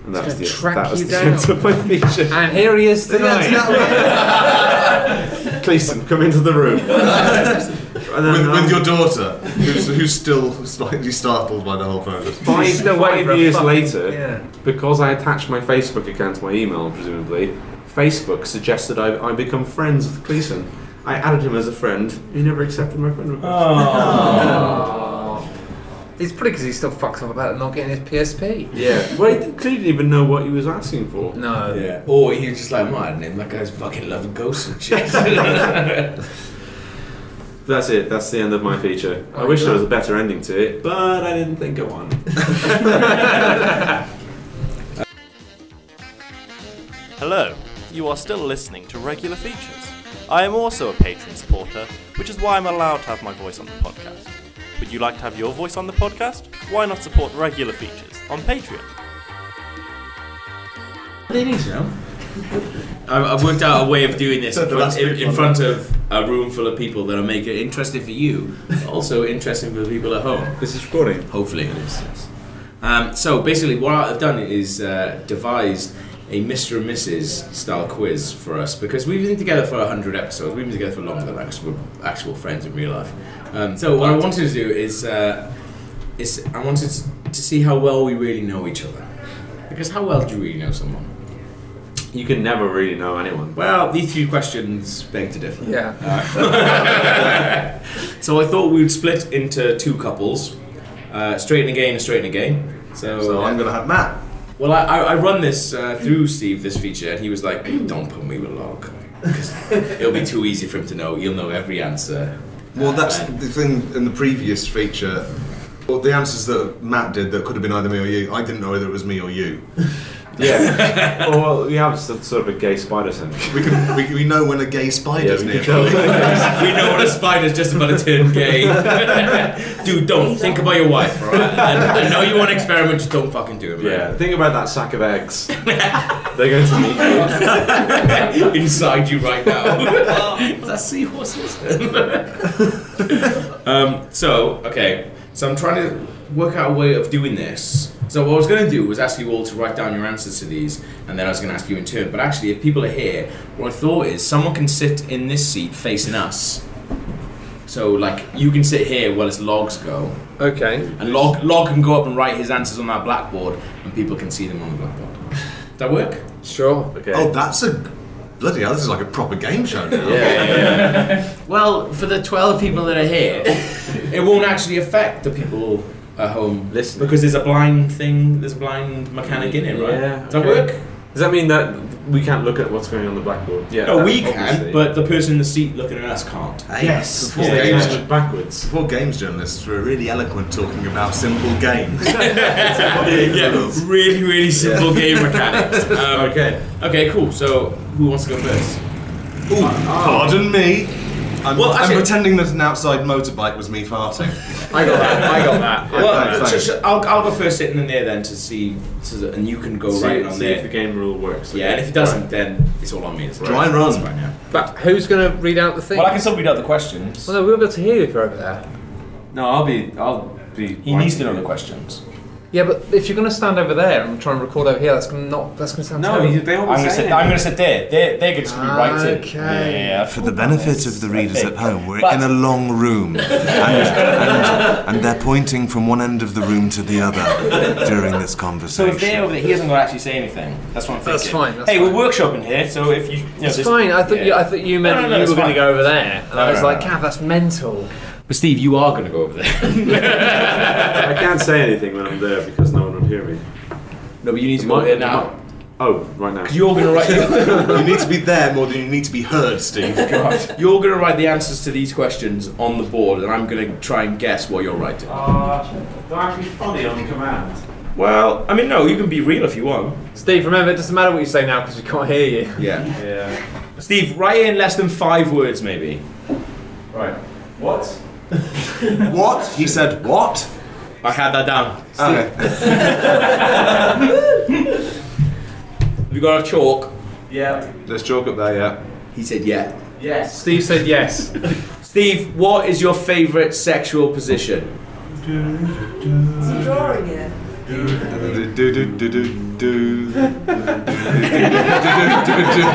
[SPEAKER 1] And that was the,
[SPEAKER 11] track
[SPEAKER 1] that was
[SPEAKER 11] you
[SPEAKER 1] the end of my feature.
[SPEAKER 11] And here he is tonight.
[SPEAKER 1] Cleason, come into the room. And then,
[SPEAKER 2] With,
[SPEAKER 1] um,
[SPEAKER 2] with your daughter, who's, who's still slightly startled by the whole process.
[SPEAKER 1] Five,
[SPEAKER 11] no way
[SPEAKER 1] five
[SPEAKER 11] for a
[SPEAKER 1] years
[SPEAKER 11] fuck-
[SPEAKER 1] later,
[SPEAKER 11] yeah.
[SPEAKER 1] because I attached my Facebook account to my email, presumably, Facebook suggested I, I become friends with Cleason. I added him as a friend. He never accepted my friend request.
[SPEAKER 4] It's pretty because he still fucks up about not getting his PSP.
[SPEAKER 1] Oh. Yeah. Well, he didn't- clearly didn't even know what he was asking for.
[SPEAKER 4] No.
[SPEAKER 3] Yeah. Or he was just like, my name, that guy's fucking loving ghosts and shit.
[SPEAKER 1] That's it. That's the end of my feature. I wish there was a better ending to it, but I didn't think of one.
[SPEAKER 9] Hello, you are still listening to regular features. I am also a patron supporter, which is why I'm allowed to have my voice on the podcast. Would you like to have your voice on the podcast? Why not support regular features on Patreon?
[SPEAKER 3] they need to know. I've, I've worked out a way of doing this in
[SPEAKER 2] The
[SPEAKER 3] front,
[SPEAKER 2] last
[SPEAKER 3] in,
[SPEAKER 2] bit
[SPEAKER 3] in
[SPEAKER 2] one.
[SPEAKER 3] front of a room full of people that'll make it interesting for you, but also interesting for the people at home.
[SPEAKER 1] this is recording.
[SPEAKER 3] Hopefully, it is. yes. Um, so basically, what I've done is uh, devised a Mr. and Mrs. style quiz for us because we've been together for 100 episodes. We've been together for longer than actual, actual friends in real life. Um, so, what I wanted to do is, uh, is I wanted to see how well we really know each other. Because how well do you really know someone?
[SPEAKER 1] You can never really know anyone.
[SPEAKER 3] Well, these two questions beg to differ.
[SPEAKER 4] Yeah.
[SPEAKER 3] Uh, so I thought we would split into two couples, uh, straight and again, and straight and again. So,
[SPEAKER 2] So I'm gonna have Matt.
[SPEAKER 3] well, I, I, I run this uh, through Steve this feature, and he was like, "Don't put me with log, 'cause it'll be too easy for him to know. He'll know every answer."
[SPEAKER 2] Well, that's the thing in the previous feature. Well, the answers that Matt did that could have been either me or you, I didn't know whether it was me or you.
[SPEAKER 1] Yeah. well, well, we have some sort of a gay spider syndrome.
[SPEAKER 2] We can we, we know when a gay spider's
[SPEAKER 1] Yeah, we
[SPEAKER 2] near.
[SPEAKER 1] can tell.
[SPEAKER 2] surely.
[SPEAKER 3] we know what a spider's just about to turn gay. Dude, don't think about your wife, alright? I, I know you want to experiment, just don't fucking do it,
[SPEAKER 1] Yeah.
[SPEAKER 3] man.
[SPEAKER 1] Think about that sack of eggs. They're going to meet you.
[SPEAKER 3] Inside you right now. Is that seahorses? um, so, okay. So I'm trying to work out a way of doing this. So what I was going to do was ask you all to write down your answers to these, and then I was going to ask you in turn. But actually, if people are here, what I thought is someone can sit in this seat facing us. So like you can sit here while it's logs go,
[SPEAKER 4] Okay.
[SPEAKER 3] And Log, Log can go up and write his answers on that blackboard, and people can see them on the blackboard. Does that work?
[SPEAKER 4] Sure.
[SPEAKER 1] Okay.
[SPEAKER 2] Oh, that's a bloody hell! This is like a proper game show now.
[SPEAKER 3] Well, for the 12 people that are here, it won't actually affect the people at home.
[SPEAKER 1] Listen.
[SPEAKER 3] Because there's a blind thing, there's a blind mechanic in it, right?
[SPEAKER 1] Yeah,
[SPEAKER 3] Does that
[SPEAKER 1] okay.
[SPEAKER 3] work?
[SPEAKER 1] Does that mean that we can't look at what's going on the blackboard? Yeah.
[SPEAKER 3] No, we can,
[SPEAKER 1] obviously.
[SPEAKER 3] but the person in the seat looking at us can't.
[SPEAKER 2] Hey, yes. Before,
[SPEAKER 1] Yeah, they
[SPEAKER 2] games,
[SPEAKER 1] can't look backwards.
[SPEAKER 2] before games journalists were really eloquent talking about simple games.
[SPEAKER 3] yeah, really, really simple game mechanics. Um,
[SPEAKER 1] Okay.
[SPEAKER 3] Okay, cool. So, who wants to go first?
[SPEAKER 2] Ooh, pardon me. I'm,
[SPEAKER 3] Well,
[SPEAKER 2] I'm
[SPEAKER 3] actually-
[SPEAKER 2] pretending that an outside motorbike was me farting.
[SPEAKER 4] I got that. I got that.
[SPEAKER 3] Well,
[SPEAKER 2] thanks,
[SPEAKER 3] sh-
[SPEAKER 2] thanks.
[SPEAKER 3] sh- I'll, I'll go first sitting in there then to see, so that, and you can go
[SPEAKER 1] See,
[SPEAKER 3] right on
[SPEAKER 1] see
[SPEAKER 3] there.
[SPEAKER 1] if the game rule works.
[SPEAKER 3] Yeah, and if it doesn't, then it's all on me. It's
[SPEAKER 2] Try and run.
[SPEAKER 3] Right now.
[SPEAKER 11] But who's going to read out the thing?
[SPEAKER 3] Well, I can still read out the questions.
[SPEAKER 11] Well, no, we'll be able to hear you if you're over there.
[SPEAKER 1] No, I'll be. I'll be.
[SPEAKER 3] He needs to know the questions.
[SPEAKER 11] Yeah, but if you're going to stand over there and try and record over here, that's gonna not. That's going to sound
[SPEAKER 1] No,
[SPEAKER 11] terrible.
[SPEAKER 1] you- they
[SPEAKER 3] I'm
[SPEAKER 1] always
[SPEAKER 3] gonna
[SPEAKER 1] say
[SPEAKER 3] sit. I'm gonna sit there. They're they're gonna just be writing.
[SPEAKER 11] Okay.
[SPEAKER 3] Yeah.
[SPEAKER 6] For the benefit of the readers at home, we're
[SPEAKER 3] But-
[SPEAKER 6] in a long room, and, and, and they're pointing from one end of the room to the other during this
[SPEAKER 3] So
[SPEAKER 6] conversation.
[SPEAKER 3] if they're over there, he isn't gonna actually say anything. That's what I'm thinking.
[SPEAKER 11] That's fine, that's
[SPEAKER 3] hey,
[SPEAKER 11] fine.
[SPEAKER 3] we're workshopping here, so if you, you know,
[SPEAKER 11] It's
[SPEAKER 3] just-
[SPEAKER 11] fine. I thought
[SPEAKER 3] yeah.
[SPEAKER 11] you. I thought you meant
[SPEAKER 3] No, no, no,
[SPEAKER 11] you
[SPEAKER 3] it's
[SPEAKER 11] were going to
[SPEAKER 3] fine.
[SPEAKER 11] go over there, and I
[SPEAKER 3] No,
[SPEAKER 11] was
[SPEAKER 3] no,
[SPEAKER 11] like,
[SPEAKER 3] no.
[SPEAKER 11] "Cav, that's mental."
[SPEAKER 3] But Steve, you are gonna go over there.
[SPEAKER 1] I can't say anything when I'm there because no one would hear me.
[SPEAKER 3] no, but you need to
[SPEAKER 1] Might-
[SPEAKER 3] go there now.
[SPEAKER 1] Oh, right now.
[SPEAKER 3] You're gonna write.
[SPEAKER 2] you need to be there more than you need to be heard, Steve.
[SPEAKER 3] You're gonna write the answers to these questions on the board, and I'm gonna try and guess what you're writing.
[SPEAKER 1] Uh, they're actually funny on command.
[SPEAKER 3] Well, I mean, no, you can be real if you want.
[SPEAKER 11] Steve, remember, it doesn't matter what you say now because we can't hear you.
[SPEAKER 3] Yeah.
[SPEAKER 1] Yeah.
[SPEAKER 3] Steve, write in less than five words, maybe.
[SPEAKER 1] Right. What?
[SPEAKER 2] what? He said what?
[SPEAKER 3] I had that down.
[SPEAKER 2] Okay.
[SPEAKER 3] Have you got a chalk?
[SPEAKER 1] Yeah.
[SPEAKER 2] Let's chalk up there, yeah.
[SPEAKER 3] He said, yeah.
[SPEAKER 1] Yes.
[SPEAKER 11] Steve said yes.
[SPEAKER 3] Steve, what is your favourite sexual position?
[SPEAKER 5] Is he drawing it?
[SPEAKER 2] Do, do, do, do, do, do. Do, do, do, do,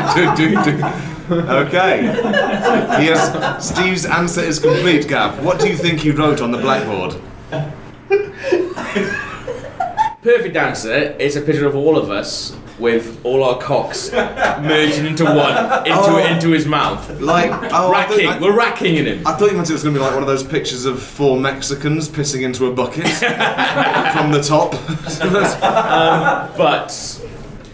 [SPEAKER 2] do, do, do. Okay. Yes, Steve's answer is complete, Gav. What do you think he wrote on the blackboard?
[SPEAKER 3] Perfect answer is a picture of all of us with all our cocks merging into one, into
[SPEAKER 2] Oh.
[SPEAKER 3] into his mouth.
[SPEAKER 2] Like, oh, I
[SPEAKER 3] racking,
[SPEAKER 2] thought- I-
[SPEAKER 3] we're racking in him.
[SPEAKER 2] I thought you meant it was going to be like one of those pictures of four Mexicans pissing into a bucket from the top.
[SPEAKER 3] But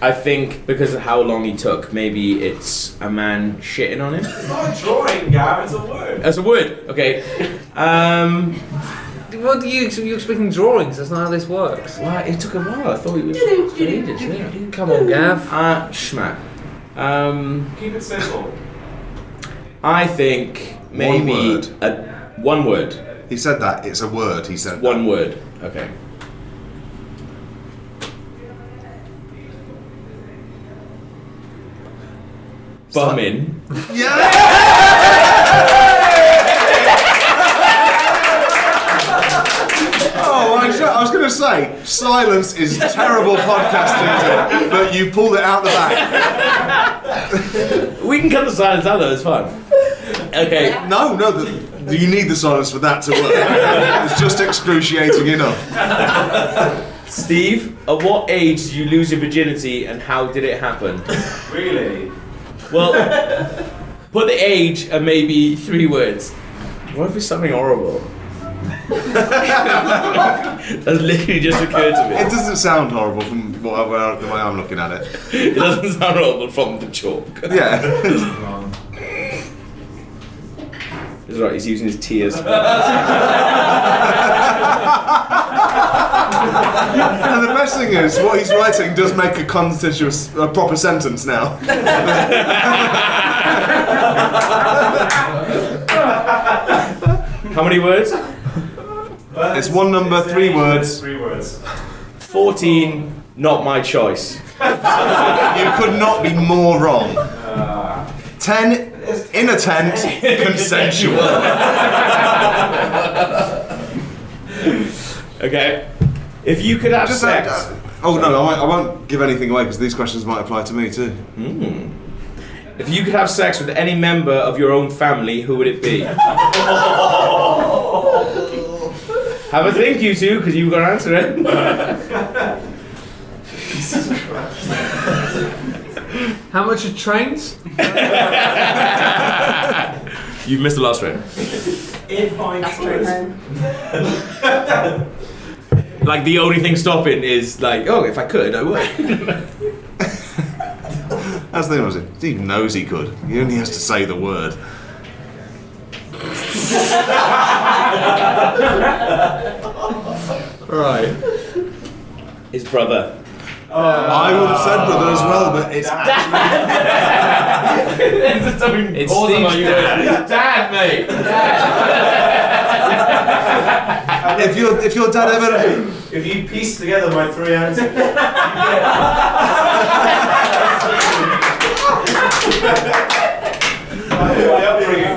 [SPEAKER 3] I think because of how long he took, maybe it's a man shitting on him.
[SPEAKER 1] It's not a drawing, Gav. It's a word.
[SPEAKER 3] That's a word. Okay. Um,
[SPEAKER 11] what do you? You're expecting drawings? That's not how this works.
[SPEAKER 3] why it took a while. I thought it was for ages. Yeah.
[SPEAKER 11] Come on, Gav.
[SPEAKER 3] Uh, schmack. Um.
[SPEAKER 1] Keep it simple.
[SPEAKER 3] I think maybe
[SPEAKER 2] word.
[SPEAKER 3] A, one word.
[SPEAKER 2] He said that. It's a word, he said.
[SPEAKER 3] One word. Okay. Bumming.
[SPEAKER 2] Yeah! Oh, I was- I was going to say, silence is terrible podcasting, but you pulled it out the back.
[SPEAKER 3] We can cut the silence out though. It's fun. Okay.
[SPEAKER 2] No, no, the, you need the silence for that to work. It's just excruciating enough.
[SPEAKER 12] Steve, at what age did you lose your virginity and how did it happen?
[SPEAKER 10] Really?
[SPEAKER 12] Well, put the age and maybe three words. What if it's something horrible? That's literally just occurred to me.
[SPEAKER 2] It doesn't sound horrible from what, where, the way I'm looking at it.
[SPEAKER 12] It doesn't sound horrible from the chalk.
[SPEAKER 2] Yeah.
[SPEAKER 12] He's right, he's using his tears.
[SPEAKER 2] and the best thing is, what he's writing does make a contiguous, a proper sentence now.
[SPEAKER 12] How many words?
[SPEAKER 2] It's one number, three words.
[SPEAKER 10] Three words.
[SPEAKER 12] 14, not my choice.
[SPEAKER 2] You could not be more wrong. Ten in a tent, consensual.
[SPEAKER 12] Okay. If you could have
[SPEAKER 2] Just
[SPEAKER 12] sex.
[SPEAKER 2] uh, oh no, I won't, I won't give anything away because these questions might apply to me too.
[SPEAKER 12] If you could have sex with any member of your own family, who would it be? have a think, you two, because you've got to answer it.
[SPEAKER 11] How much are trains?
[SPEAKER 12] You've missed the last round.
[SPEAKER 5] That's what I meant.
[SPEAKER 12] Like the only thing stopping is like, oh, if I could, I would.
[SPEAKER 2] That's the thing, was it? Steve knows he could. He only has to say the word.
[SPEAKER 11] Right.
[SPEAKER 12] His brother.
[SPEAKER 2] Uh, I would have said brother as well, but it's
[SPEAKER 12] It's Steve's dad. Dad, mate.
[SPEAKER 2] if your if your dad ever
[SPEAKER 10] If you piece together my three answers. My upbringing.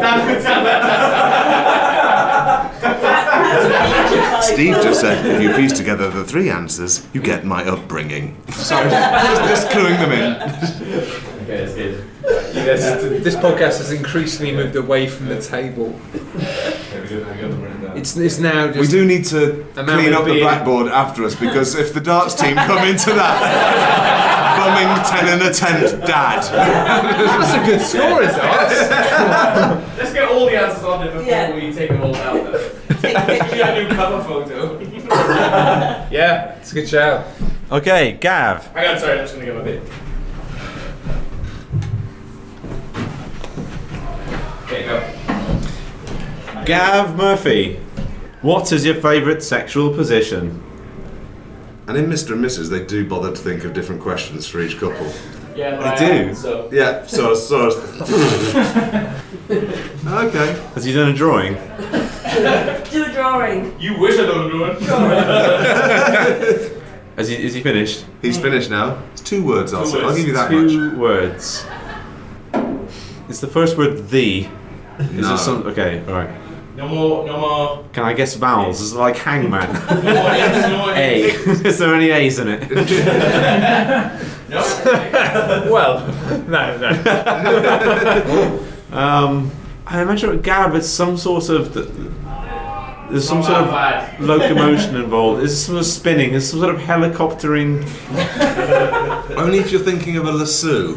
[SPEAKER 2] Steve just said, if you piece together the three answers, you get my upbringing. So just, just cluing them in.
[SPEAKER 3] Okay, that's good.
[SPEAKER 11] This podcast has increasingly moved away from the table. It's, it's now
[SPEAKER 2] We
[SPEAKER 11] just.
[SPEAKER 2] do need to
[SPEAKER 11] A man
[SPEAKER 2] clean
[SPEAKER 11] with
[SPEAKER 2] up the
[SPEAKER 11] beard.
[SPEAKER 2] blackboard after us because if the darts team come into that, bumming ten in a tent, dad.
[SPEAKER 11] That's a good score, is that?
[SPEAKER 10] Let's get all the answers on it before
[SPEAKER 5] Yeah.
[SPEAKER 10] we take them all out. though. Maybe a new cover photo.
[SPEAKER 11] yeah, it's a good shout.
[SPEAKER 9] Okay, Gav.
[SPEAKER 10] Hang on, sorry, I'm just gonna get my bit. Okay, go.
[SPEAKER 1] Gav Murphy, what is your favourite sexual position?
[SPEAKER 2] And in Mr. and Mrs., they do bother to think of different questions for each couple.
[SPEAKER 10] Yeah,
[SPEAKER 1] I do.
[SPEAKER 10] So
[SPEAKER 2] Yeah, so so. okay.
[SPEAKER 1] Has he done a drawing?
[SPEAKER 5] Do a drawing.
[SPEAKER 10] you wish I don't do it.
[SPEAKER 1] Has he, is he finished?
[SPEAKER 2] He's finished now. It's two words, I'll, say. I'll
[SPEAKER 10] words.
[SPEAKER 2] give you that much.
[SPEAKER 1] Two words. It's the first word, the. Is
[SPEAKER 2] No.
[SPEAKER 1] it some? Okay, alright.
[SPEAKER 10] No more, no more,
[SPEAKER 1] Can I guess vowels? It's like hangman.
[SPEAKER 10] no more yes, no more
[SPEAKER 1] A. is there any A's in it?
[SPEAKER 11] Well, no, no.
[SPEAKER 1] Um, I imagine with Gab, it's some sort of. th- There's some sort of
[SPEAKER 10] Bad.
[SPEAKER 1] locomotion involved. Is some sort of spinning? Is some sort of helicoptering?
[SPEAKER 2] Only if you're thinking of a lasso.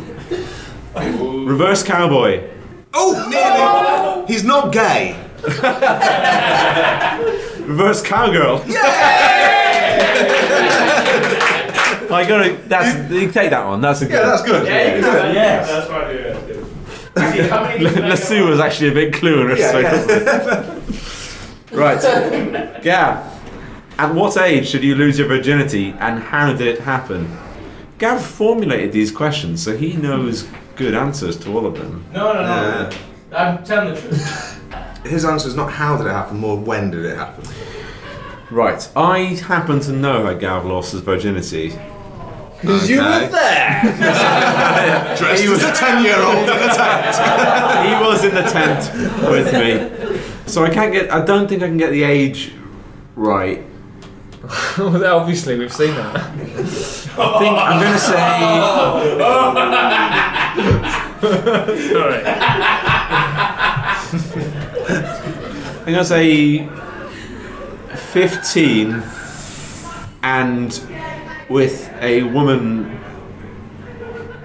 [SPEAKER 1] Reverse cowboy.
[SPEAKER 2] Oh,
[SPEAKER 10] Oh!
[SPEAKER 2] nearly. He's not gay.
[SPEAKER 1] Reverse cowgirl. I gotta. That's you take that one. That's a good.
[SPEAKER 2] Yeah, that's good.
[SPEAKER 10] Yeah, you can do that.
[SPEAKER 1] Yes.
[SPEAKER 10] That's right, yeah. that's good. See, how many can I get
[SPEAKER 1] Lasso was actually a bit clueless.
[SPEAKER 2] Yeah,
[SPEAKER 1] right, Gav. At what age should you lose your virginity, and how did it happen? Gav formulated these questions, so he knows good answers to all of them.
[SPEAKER 10] No, no, no.
[SPEAKER 2] Uh,
[SPEAKER 10] I'm telling the truth.
[SPEAKER 2] his answer is not how did it happen, more when did it happen.
[SPEAKER 1] Right, I happen to know how Gav lost his virginity.
[SPEAKER 2] Because you were there. Dressed he was a ten-year-old in a tent.
[SPEAKER 1] he was in the tent with me. So I can't get. I don't think I can get the age right.
[SPEAKER 11] Obviously, we've seen that.
[SPEAKER 1] I think I'm gonna say. I'm gonna say fifteen and with a woman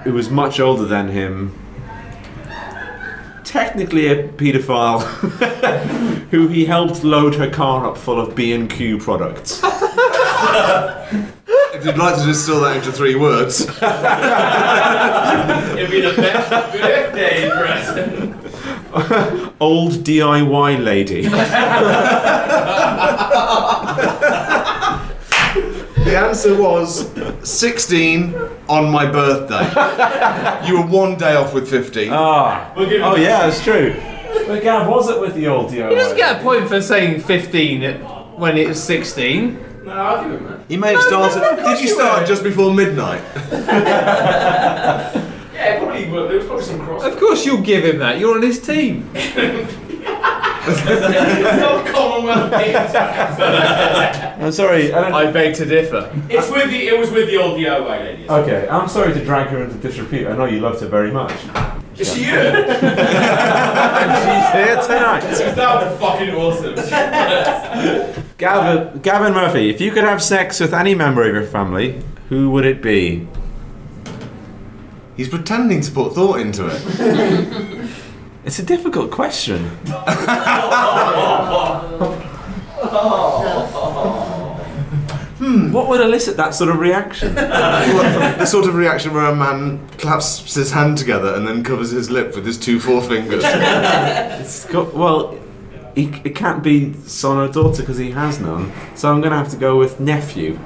[SPEAKER 1] who was much older than him, technically a paedophile, who he helped load her car up full of B and Q products.
[SPEAKER 2] If you'd like to distill that into three words.
[SPEAKER 3] It'd be the best birthday present.
[SPEAKER 1] Old DIY lady.
[SPEAKER 2] The answer was 16 on my birthday. you were one day off with 15.
[SPEAKER 1] Ah. oh yeah, that's true. But Gav, was it with the old DIY?
[SPEAKER 13] He doesn't get a point for saying 15 when it was 16.
[SPEAKER 3] No, I'll give him that.
[SPEAKER 2] You may have started. did you start just before midnight?
[SPEAKER 3] Yeah, it probably well, there was probably some cross.
[SPEAKER 13] Of course you'll give him that. You're on his team.
[SPEAKER 3] It's not Commonwealth Games.
[SPEAKER 1] I'm sorry. I don't...
[SPEAKER 13] I beg to differ.
[SPEAKER 3] it's with the it was with the old DIY ladies.
[SPEAKER 1] Okay, I'm sorry to drag her into disrepute. I know you loved her very much.
[SPEAKER 3] Is she you?
[SPEAKER 1] She's here tonight.
[SPEAKER 3] that would fucking awesome.
[SPEAKER 1] Gavin, Gavin Murphy, if you could have sex with any member of your family, who would it be?
[SPEAKER 2] He's pretending to put thought into it.
[SPEAKER 1] It's a difficult question. Hmm, what would elicit that sort of reaction?
[SPEAKER 2] the sort of reaction where a man claps his hand together and then covers his lip with his two forefingers.
[SPEAKER 1] It's got, well, he, it can't be son or daughter because he has none. So I'm going to have to go with nephew.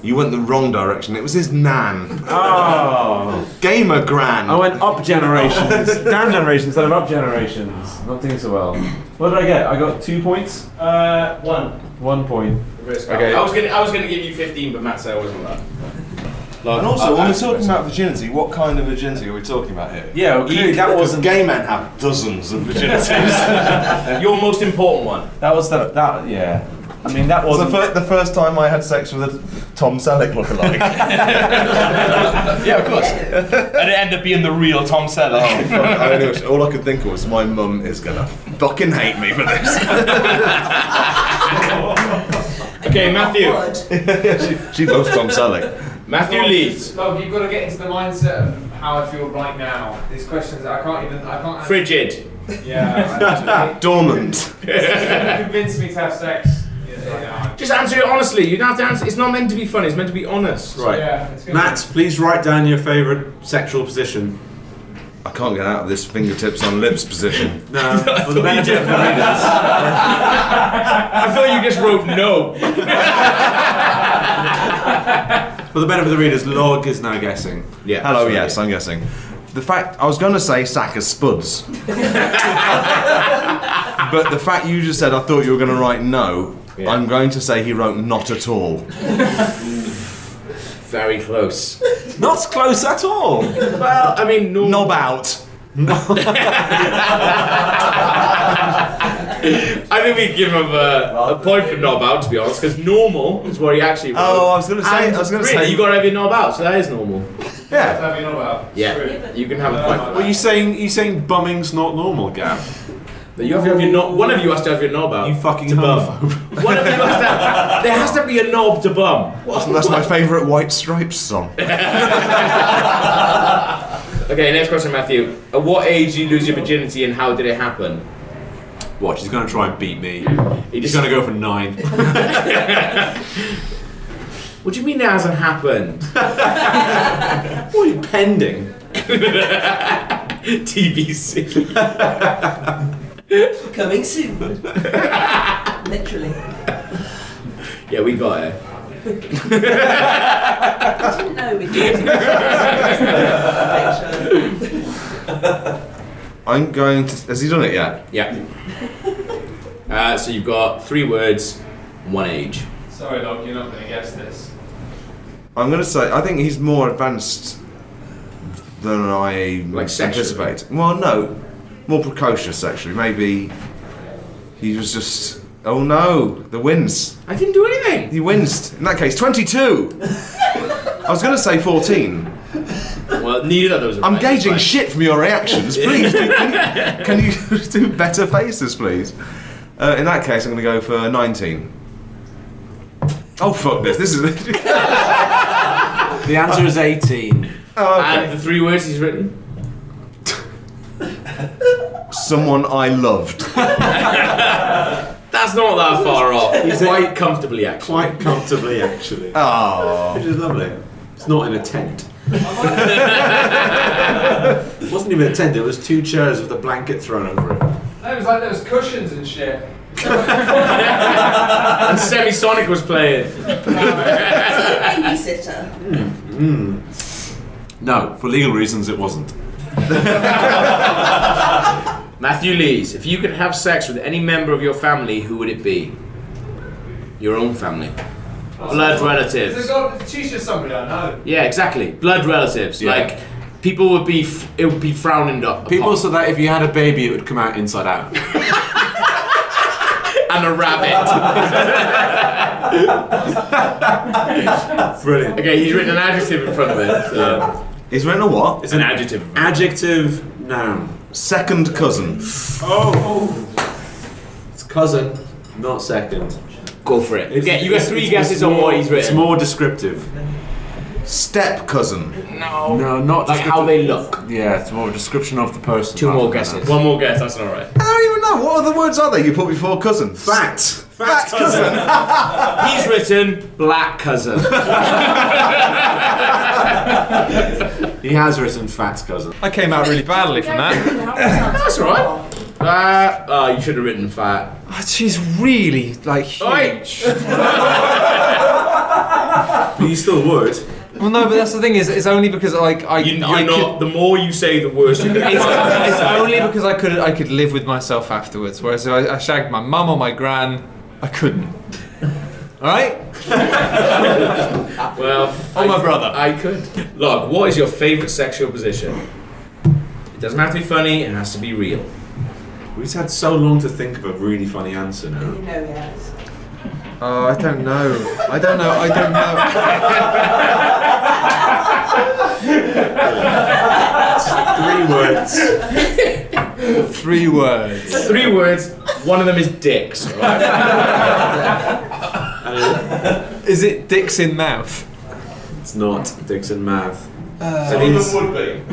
[SPEAKER 2] you went the wrong direction. It was his nan.
[SPEAKER 1] Oh.
[SPEAKER 2] Gamer gran.
[SPEAKER 1] I went up generations, down generations instead of up generations. Not doing so well. What did I get? I got two points.
[SPEAKER 3] Uh, one.
[SPEAKER 1] One point.
[SPEAKER 3] Okay. I was gonna I was gonna give you fifteen, but Matt said I wasn't that.
[SPEAKER 1] Uh,
[SPEAKER 2] and also, when we're talking about virginity, what kind of virginity are we talking about here?
[SPEAKER 1] Yeah, well, clearly that
[SPEAKER 2] Because
[SPEAKER 1] wasn't.
[SPEAKER 2] gay men have dozens of virginities.
[SPEAKER 3] E, Your most important one.
[SPEAKER 1] That was the that. Yeah. I mean that
[SPEAKER 2] It's the,
[SPEAKER 1] wasn't.
[SPEAKER 2] fir- the first time I had sex with a Tom Selleck lookalike.
[SPEAKER 3] Yeah, of course. and it ended up being the real Tom Selleck.
[SPEAKER 2] oh, fuck. I don't know. which- All I could think of was my mum is gonna fucking hate me for this.
[SPEAKER 3] Okay, Matthew.
[SPEAKER 2] she loves Tom Selleck.
[SPEAKER 3] Matthew Leeds.
[SPEAKER 4] Look, you've got to get into the mindset of how I feel right now. These questions that I can't even, I can't. answer.
[SPEAKER 3] Frigid.
[SPEAKER 4] Yeah.
[SPEAKER 2] Dormant.
[SPEAKER 4] I- you convinced me to have sex. Yeah.
[SPEAKER 3] Just answer it honestly. You don't have to answer. It's not meant to be funny. It's meant to be honest.
[SPEAKER 1] right.
[SPEAKER 4] Yeah. It's good.
[SPEAKER 1] Matt, please write down your favourite sexual position.
[SPEAKER 2] I can't get out of this fingertips on lips position.
[SPEAKER 1] No, Uh, for the benefit of the readers.
[SPEAKER 3] I thought you just wrote no.
[SPEAKER 1] For the benefit of the readers, Log is now guessing.
[SPEAKER 2] Yeah. Hello. Yes, I'm guessing. The fact I was gonna say sack of spuds, but the fact you just said I thought you were gonna write no. I'm going to say he wrote not at all.
[SPEAKER 3] Very close.
[SPEAKER 1] Not close at all.
[SPEAKER 3] Well, I mean, no.
[SPEAKER 2] Knob out.
[SPEAKER 3] I think we give him uh, a, a point for knob out to be honest, because normal is where he actually. Wrote.
[SPEAKER 2] Oh, I was gonna say.
[SPEAKER 3] And
[SPEAKER 2] I was gonna
[SPEAKER 3] really,
[SPEAKER 2] say.
[SPEAKER 3] you got to have your knob out, so that is normal.
[SPEAKER 2] yeah.
[SPEAKER 4] Have you not about? Screw
[SPEAKER 3] Yeah,
[SPEAKER 4] it.
[SPEAKER 3] you can have a point. For
[SPEAKER 1] Well, you saying you saying bumming's not normal, Gav?
[SPEAKER 3] But you have to have your knob. One of you has to have your knob out.
[SPEAKER 1] You fucking
[SPEAKER 3] to bum.
[SPEAKER 1] homophobe.
[SPEAKER 3] One of you has to. Have, there has to be a knob to bum.
[SPEAKER 2] That's my favourite White Stripes song.
[SPEAKER 3] Okay, next question, Matthew. At what age did you lose your virginity, and how did it happen?
[SPEAKER 1] Watch, he's gonna try and beat me.
[SPEAKER 3] He
[SPEAKER 1] He's
[SPEAKER 3] just-
[SPEAKER 1] gonna go for nine.
[SPEAKER 3] What do you mean it hasn't happened?
[SPEAKER 1] What are you pending?
[SPEAKER 3] TBC.
[SPEAKER 5] Coming soon. Literally.
[SPEAKER 3] Yeah, we got it.
[SPEAKER 5] Didn't know we did. Perfection.
[SPEAKER 2] I'm going to. Has he done it yet?
[SPEAKER 3] Yeah. Uh, so you've got three words, one age.
[SPEAKER 4] Sorry, dog. You're not gonna guess this.
[SPEAKER 2] I'm going to say. I think he's more advanced than I
[SPEAKER 3] Like sexually?
[SPEAKER 2] anticipate. Well, no, more precocious actually. Maybe he was just. Oh no, the wins.
[SPEAKER 3] I didn't do anything.
[SPEAKER 2] He winced. In that case, 22. I was going to say 14.
[SPEAKER 3] Well, neither of those. Are
[SPEAKER 2] I'm
[SPEAKER 3] right.
[SPEAKER 2] gauging
[SPEAKER 3] Right.
[SPEAKER 2] shit from your reactions. Please, do, can, you, can you do better faces, please? Uh, in that case, I'm going to go for 19.
[SPEAKER 14] Oh fuck this! This is
[SPEAKER 1] The answer is 18.
[SPEAKER 14] Oh,
[SPEAKER 3] And the three words he's written.
[SPEAKER 14] someone I loved.
[SPEAKER 3] That's not that far off. He's quite comfortably actually.
[SPEAKER 1] Quite comfortably, actually.
[SPEAKER 14] Oh,
[SPEAKER 1] Which is lovely. It's not in a tent. it wasn't even a tent, it was two chairs with a blanket thrown over it.
[SPEAKER 4] That was like those cushions and shit.
[SPEAKER 3] And Semisonic was playing.
[SPEAKER 5] Babysitter.
[SPEAKER 1] No, for legal reasons, it wasn't.
[SPEAKER 3] Matthew Lees, if you could have sex with any member of your family, who would it be? Your own family. Blood
[SPEAKER 4] There's
[SPEAKER 3] relatives.
[SPEAKER 4] got, she's just somebody I know.
[SPEAKER 3] Yeah, exactly. Blood relatives.
[SPEAKER 1] Yeah.
[SPEAKER 3] Like people would be, f- it would be frowned up.
[SPEAKER 1] People
[SPEAKER 3] upon.
[SPEAKER 1] said that if you had a baby, it would come out inside out.
[SPEAKER 3] and a rabbit.
[SPEAKER 1] Brilliant.
[SPEAKER 3] okay, he's written an adjective in front of it. So.
[SPEAKER 14] he's written a what?
[SPEAKER 3] It's an adjective.
[SPEAKER 1] Adjective, noun.
[SPEAKER 14] Second cousin.
[SPEAKER 1] It's cousin, not second.
[SPEAKER 3] Go for it.
[SPEAKER 1] It's-
[SPEAKER 3] yeah, you got
[SPEAKER 1] it's-
[SPEAKER 3] three
[SPEAKER 1] it's-
[SPEAKER 3] guesses
[SPEAKER 1] it's
[SPEAKER 3] on what
[SPEAKER 1] more-
[SPEAKER 3] he's written.
[SPEAKER 1] It's more descriptive.
[SPEAKER 14] Step cousin.
[SPEAKER 1] No, not
[SPEAKER 3] Oh. like how they look.
[SPEAKER 1] Yeah, it's more a description of the person.
[SPEAKER 3] Two
[SPEAKER 1] rather
[SPEAKER 3] more
[SPEAKER 1] than
[SPEAKER 3] guesses.
[SPEAKER 1] a-
[SPEAKER 3] One more guess. That's not right.
[SPEAKER 14] I don't even know what other words are there. You put before cousin. Fat. Fat, cousin.
[SPEAKER 3] He's written black cousin.
[SPEAKER 1] He has written fat cousin.
[SPEAKER 15] I came out really badly from that.
[SPEAKER 3] That's all right. Uh, oh, you should have written fat.
[SPEAKER 4] She's really like huge.
[SPEAKER 1] But you still would.
[SPEAKER 4] Well, no, but that's the thing is, it's only because like I,
[SPEAKER 3] You, you're
[SPEAKER 4] I
[SPEAKER 3] not. The more you say, the worse you
[SPEAKER 4] Could, it's,
[SPEAKER 3] get.
[SPEAKER 4] it's only because I could I could live with myself afterwards. Whereas if I, I shagged my mum or my gran, I couldn't. All right.
[SPEAKER 3] well,
[SPEAKER 4] Or Oh, my brother.
[SPEAKER 3] I could. Log. What is your favourite sexual position? It doesn't have to be funny. It has to be real.
[SPEAKER 1] We've had so long to think of a really funny answer now.
[SPEAKER 5] You know he has.
[SPEAKER 4] Oh, I don't know. I don't know. I don't
[SPEAKER 1] Three
[SPEAKER 4] know.
[SPEAKER 1] words.
[SPEAKER 4] Three words.
[SPEAKER 3] Three words. One of them is dicks. all Right?
[SPEAKER 4] Is it dicks in mouth?
[SPEAKER 1] It's not Dixon Math.
[SPEAKER 3] So it's,
[SPEAKER 2] would be.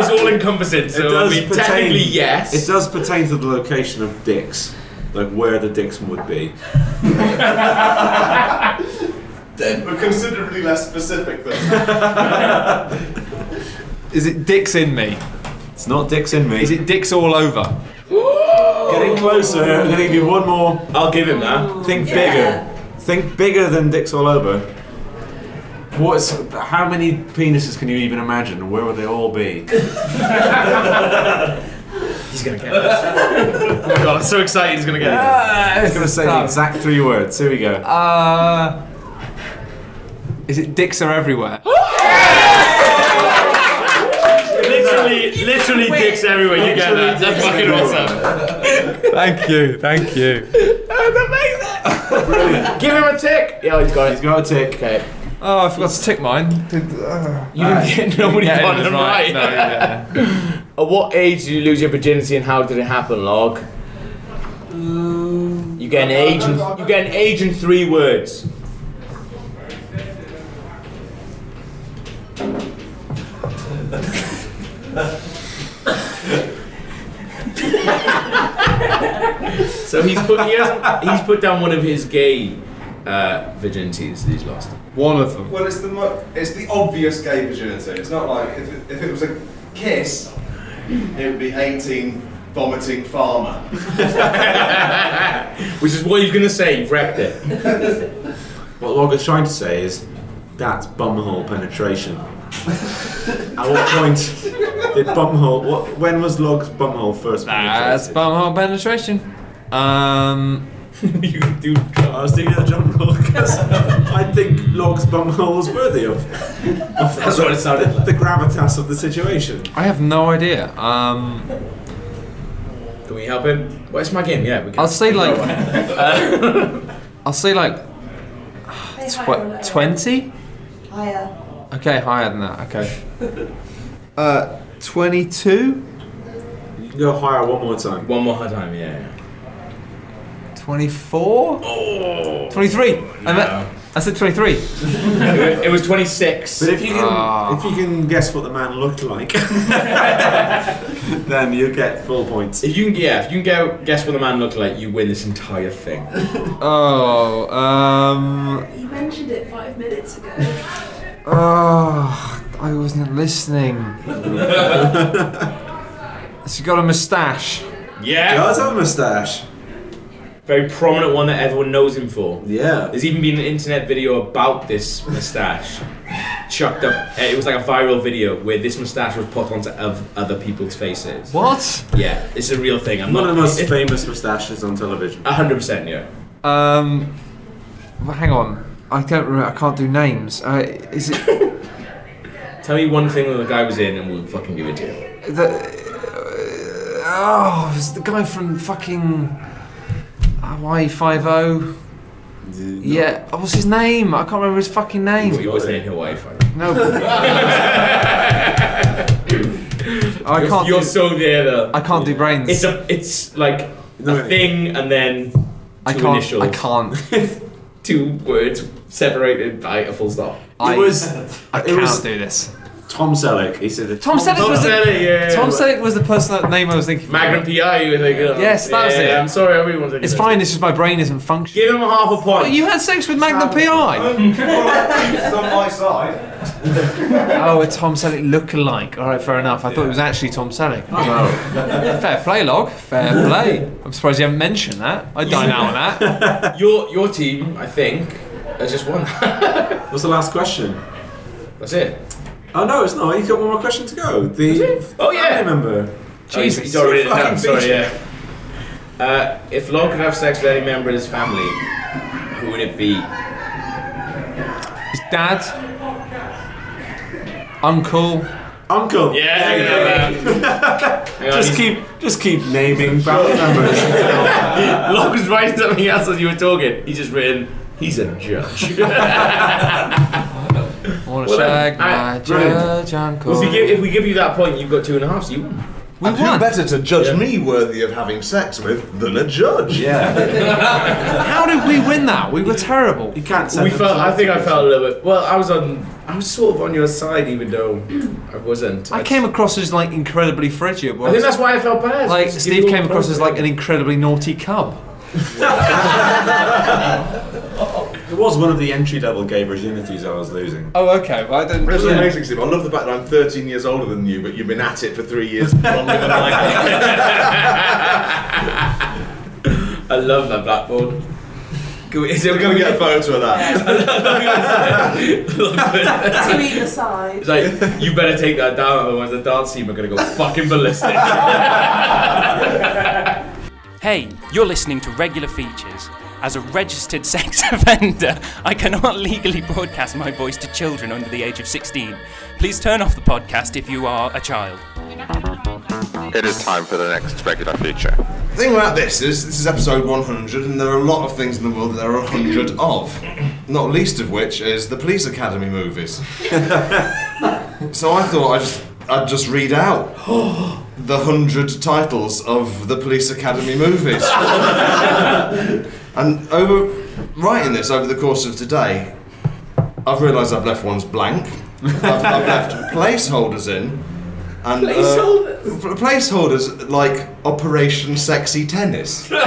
[SPEAKER 3] it's all encompassing. So I mean, technically yes.
[SPEAKER 1] It does pertain to the location of dicks, like where the dicks would be.
[SPEAKER 2] But considerably less specific than.
[SPEAKER 4] Is it dicks in me?
[SPEAKER 1] It's not dicks in me.
[SPEAKER 4] Is it dicks all over?
[SPEAKER 1] getting closer? I'm gonna give you one more.
[SPEAKER 3] I'll give him that.
[SPEAKER 1] Think
[SPEAKER 5] Yeah.
[SPEAKER 1] bigger. Think bigger than dicks all over. What's how many penises can you even imagine? Where would they all be?
[SPEAKER 3] He's gonna get this. oh my god! I'm so excited. He's gonna get it.
[SPEAKER 1] I was gonna say the exact three words. Here we go.
[SPEAKER 4] Uh, is it dicks are everywhere?
[SPEAKER 3] Literally, literally dicks everywhere. You get that? That's fucking awesome.
[SPEAKER 4] thank you, thank you.
[SPEAKER 3] Give him a tick. Yeah, he's got
[SPEAKER 1] He's got a tick.
[SPEAKER 3] Okay.
[SPEAKER 4] Oh, I forgot to tick mine. Did- uh,
[SPEAKER 3] You didn't get nobody
[SPEAKER 4] yeah,
[SPEAKER 3] on
[SPEAKER 4] it
[SPEAKER 3] them
[SPEAKER 4] was
[SPEAKER 3] right.
[SPEAKER 4] No, yeah.
[SPEAKER 3] At what age did you lose your virginity and how did it happen, Log? You get an age and you get an age in three words. so he's put he has, he's put down one of his gay uh, virginities that he's lost.
[SPEAKER 4] One of them.
[SPEAKER 2] Well, it's the mo- it's the obvious gay virginity. It's not like if it, if it was a kiss, it would be 18 vomiting farmer.
[SPEAKER 3] Which is what he's gonna say. You've wrecked it.
[SPEAKER 1] What Logger's trying to say is that's bumhole penetration. At what point did bumhole? What, when was Log's bumhole first
[SPEAKER 4] That's
[SPEAKER 1] penetrated?
[SPEAKER 4] bumhole penetration. Um,
[SPEAKER 1] you do. I was thinking of John Log because I think Log's bumhole was worthy of. of
[SPEAKER 3] That's what it sounded like.
[SPEAKER 1] The gravitas of the situation.
[SPEAKER 4] I have no idea. Um,
[SPEAKER 3] Can we help him? Well, it's my game. Yeah, we can.
[SPEAKER 4] I'll say like, I'll say like
[SPEAKER 5] Hey, higher or lower?
[SPEAKER 4] tw- twenty.
[SPEAKER 5] Higher.
[SPEAKER 4] Okay, higher than that. Okay. Uh, twenty-two.
[SPEAKER 1] You can go higher one more time.
[SPEAKER 3] One more time, yeah.
[SPEAKER 4] 24?
[SPEAKER 3] Oh.
[SPEAKER 4] 23! I, meant, I said 23.
[SPEAKER 3] it it was 26.
[SPEAKER 1] But if you can,
[SPEAKER 4] Ah.
[SPEAKER 1] if you can guess what the man looked like, then you get full points.
[SPEAKER 3] If you can, yeah, if you can go, guess what the man looked like, you win this entire thing.
[SPEAKER 4] Oh, um.
[SPEAKER 5] You mentioned it five minutes ago.
[SPEAKER 4] Oh, I wasn't listening. She's got a moustache.
[SPEAKER 1] He
[SPEAKER 3] Yeah,
[SPEAKER 1] does have a moustache.
[SPEAKER 3] very prominent one that everyone knows him for.
[SPEAKER 1] Yeah.
[SPEAKER 3] There's even been an internet video about this moustache. Chucked up, eh, it was like a viral video where this moustache was put onto of other people's faces.
[SPEAKER 4] What?
[SPEAKER 3] Yeah, it's a real thing. I'm
[SPEAKER 1] One
[SPEAKER 3] not
[SPEAKER 1] of the most
[SPEAKER 3] it-
[SPEAKER 1] famous moustaches on television.
[SPEAKER 3] 100%, yeah.
[SPEAKER 4] Um. well, hang on. I don't remember. I can't do names. Uh, is it.
[SPEAKER 3] Tell me one thing that the guy was in and we'll fucking give it to you.
[SPEAKER 4] the. Oh, it's the guy from fucking. Hawaii 5 0. Yeah. Oh, what's his name? I can't remember his fucking
[SPEAKER 3] He
[SPEAKER 4] name.
[SPEAKER 3] wasn't in Hawaii. fuck.
[SPEAKER 4] No. I can't.
[SPEAKER 3] You're
[SPEAKER 4] do-
[SPEAKER 3] so there though.
[SPEAKER 4] I can't do brains.
[SPEAKER 3] It's a, it's like a
[SPEAKER 1] No.
[SPEAKER 3] thing and then two
[SPEAKER 4] I can't.
[SPEAKER 3] initials.
[SPEAKER 4] I can't.
[SPEAKER 3] two words separated by a full stop.
[SPEAKER 4] I,
[SPEAKER 1] it was
[SPEAKER 4] I
[SPEAKER 1] it
[SPEAKER 4] can't
[SPEAKER 1] was-
[SPEAKER 4] do this.
[SPEAKER 1] Tom Selleck. He said that
[SPEAKER 4] Tom Selleck was the,
[SPEAKER 3] yeah.
[SPEAKER 4] Tom Selleck was the person that name I was thinking. of.
[SPEAKER 3] Magnum PI, you think? oh,
[SPEAKER 4] Yes, that was
[SPEAKER 3] yeah,
[SPEAKER 4] it.
[SPEAKER 3] I'm sorry, I really wanted to.
[SPEAKER 4] It's fine. It's just my brain isn't functioning.
[SPEAKER 3] Give him half a point.
[SPEAKER 4] Oh, you had sex with Magnum PI.
[SPEAKER 16] it's on my side.
[SPEAKER 4] Oh, a Tom Selleck lookalike. All right, fair enough. I thought it was actually Tom Selleck.
[SPEAKER 3] Oh.
[SPEAKER 4] fair play, log. Fair play. I'm surprised you haven't mentioned that. I dine out on that.
[SPEAKER 3] your your team, I think, has just won.
[SPEAKER 1] What's the last question?
[SPEAKER 3] That's it.
[SPEAKER 1] Oh no, it's not. He's got one more question to go. The
[SPEAKER 3] Oh, yeah.
[SPEAKER 1] family member.
[SPEAKER 3] Jesus, Oh, he's already done. that, Sorry, yeah. Uh, if Log could have sex with any member of his family, who would it be?
[SPEAKER 4] His dad, uncle.
[SPEAKER 1] Uncle.
[SPEAKER 3] Yeah, yeah,
[SPEAKER 1] Just keep just keep naming family members.
[SPEAKER 3] Log was writing something else as you were talking. He's just written. He's a judge.
[SPEAKER 4] I want to
[SPEAKER 3] Well, then,
[SPEAKER 4] shag my
[SPEAKER 3] alright,
[SPEAKER 1] brilliant.
[SPEAKER 4] judge uncle.
[SPEAKER 3] if, we give, if we give you that point, you've got two and a half. So you won.
[SPEAKER 4] We
[SPEAKER 2] And who
[SPEAKER 4] won.
[SPEAKER 2] better to judge me worthy of having sex with than a judge?
[SPEAKER 1] yeah.
[SPEAKER 4] How did we win that? We were terrible.
[SPEAKER 1] You can't send
[SPEAKER 3] we
[SPEAKER 1] them
[SPEAKER 3] felt.
[SPEAKER 1] to
[SPEAKER 3] I think I
[SPEAKER 1] that
[SPEAKER 3] felt a little bit. Well, I was on. I was sort of on your side, even though I wasn't.
[SPEAKER 4] I came across as like incredibly frigid.
[SPEAKER 3] I think
[SPEAKER 4] whereas,
[SPEAKER 3] that's why I felt bad.
[SPEAKER 4] like
[SPEAKER 3] Just
[SPEAKER 4] Steve
[SPEAKER 3] give you
[SPEAKER 4] came
[SPEAKER 3] all
[SPEAKER 4] across as like an
[SPEAKER 3] credit.
[SPEAKER 4] incredibly naughty cub.
[SPEAKER 1] person. It was one of the entry level gay virginities I was losing.
[SPEAKER 4] Oh, okay. Well, I don't.
[SPEAKER 16] That's amazing, Steve. I love the fact that I'm 13 years older than you, but you've been at it for three years longer than I have.
[SPEAKER 3] I love that blackboard. Go- Is it
[SPEAKER 16] We're going to get a photo of that.
[SPEAKER 5] to either side.
[SPEAKER 3] It's like you better take that down, otherwise the dance team are gonna go fucking ballistic.
[SPEAKER 17] Hey, you're listening to regular features. As a registered sex offender, I cannot legally broadcast my voice to children under the age of 16. Please turn off the podcast if you are a child.
[SPEAKER 18] It is time for the next regular feature.
[SPEAKER 2] The thing about this is, this is episode 100, and there are a lot of things in the world that there are 100 of. Not least of which is the Police Academy movies. so I thought I'd just, I'd just read out the 100 titles of the Police Academy movies. and over writing this over the course of today, I've realised I've left ones blank. I've, I've left placeholders in. And, uh, Pl- placeholders like Operation Sexy Tennis. Thinking,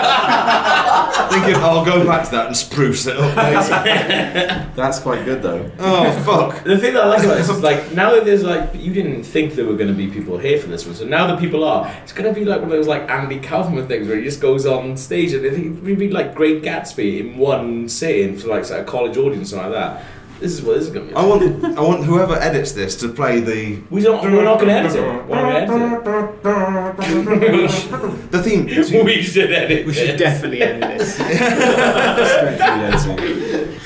[SPEAKER 2] I'll go back to that and spruce it up later.
[SPEAKER 1] That's quite good though.
[SPEAKER 2] oh, fuck.
[SPEAKER 3] the thing that I like about this is like now that there's like you didn't think there were gonna be people here for this one, so now that people are, it's gonna be like one of those like Andy Kaufman things where he just goes on stage and it would be like Great Gatsby in one sitting for like a college audience and like that. This is what this is gonna be.
[SPEAKER 2] I want, I want whoever edits this to play the
[SPEAKER 3] we don't. We're not gonna edit it. We're not gonna edit it.
[SPEAKER 2] the theme.
[SPEAKER 3] we should edit.
[SPEAKER 4] We should definitely edit this.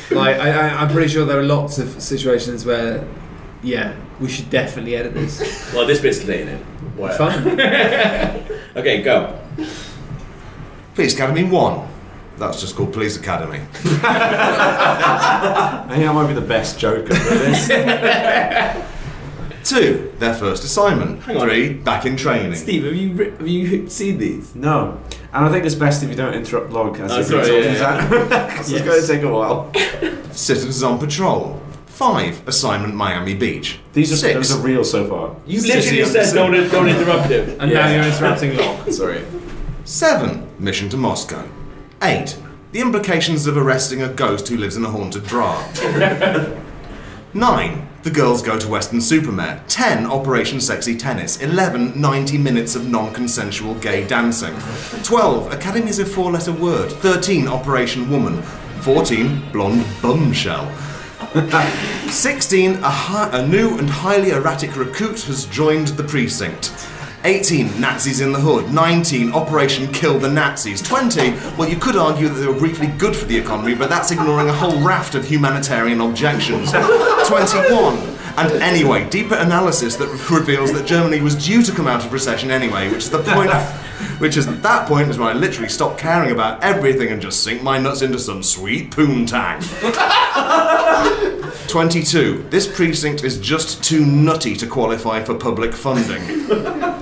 [SPEAKER 4] Like, I, I, I'm pretty sure there are lots of situations where, yeah, we should definitely edit this.
[SPEAKER 3] Well, this bit's clean in. Whatever. okay, go.
[SPEAKER 2] Police Academy 1. That's just called Police Academy.
[SPEAKER 1] I think that might be the best joke of this.
[SPEAKER 2] 2. Their first assignment.
[SPEAKER 3] on.
[SPEAKER 2] 3. Back in training.
[SPEAKER 3] Steve, have you ri- have you seen these?
[SPEAKER 1] no. And I think it's best if you don't interrupt Log as
[SPEAKER 2] That's
[SPEAKER 1] he's
[SPEAKER 2] right,
[SPEAKER 1] talking.
[SPEAKER 2] Oh, yeah.
[SPEAKER 1] It's going to take a while.
[SPEAKER 2] Citizens on Patrol. Five. Assignment Miami Beach.
[SPEAKER 1] These are-
[SPEAKER 2] Six.
[SPEAKER 1] those are real so far.
[SPEAKER 2] You
[SPEAKER 19] literally said don't, don't interrupt him.
[SPEAKER 2] Log. Sorry. Seven. Mission to Moscow. Eight. The implications of arresting a ghost who lives in a haunted drawer. Nine. The girls go to Western Supermare. Ten. Operation Sexy Tennis. Eleven. 90 minutes of non-consensual gay dancing. Twelve. Academy is a four-letter word. Thirteen. Operation Woman. Fourteen. Blonde Bombshell. 16. A, hi- a new and highly erratic recruit has joined the precinct. 18. Nazis in the hood. 19. Operation Kill the Nazis. 20. Well, you could argue that they were briefly good for the economy, but that's ignoring a whole raft of humanitarian objections. 21. And anyway, deeper analysis that reveals that Germany was due to come out of recession anyway, which is the point. Which is at that point is when I literally stopped caring about everything and just sink my nuts into some sweet poontang. 22. This precinct is just too nutty to qualify for public funding.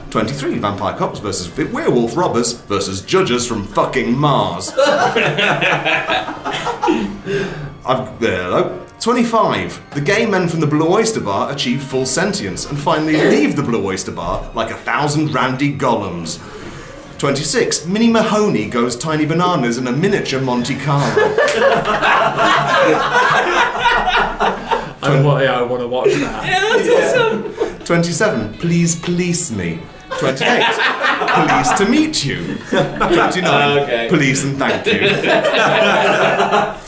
[SPEAKER 2] 23. Vampire cops versus vi- werewolf robbers versus judges from fucking Mars. I've, there, hello. 25. The gay men from the Blue Oyster Bar achieve full sentience and finally leave the Blue Oyster Bar like a thousand randy golems. 26. Minnie Mahoney goes tiny bananas in a miniature Monte Carlo. I want, yeah, I want to watch that.
[SPEAKER 19] Yeah, that's awesome.
[SPEAKER 2] 27. Please police me. 28. Pleased to meet you. 29.
[SPEAKER 19] Okay.
[SPEAKER 2] Police and thank you.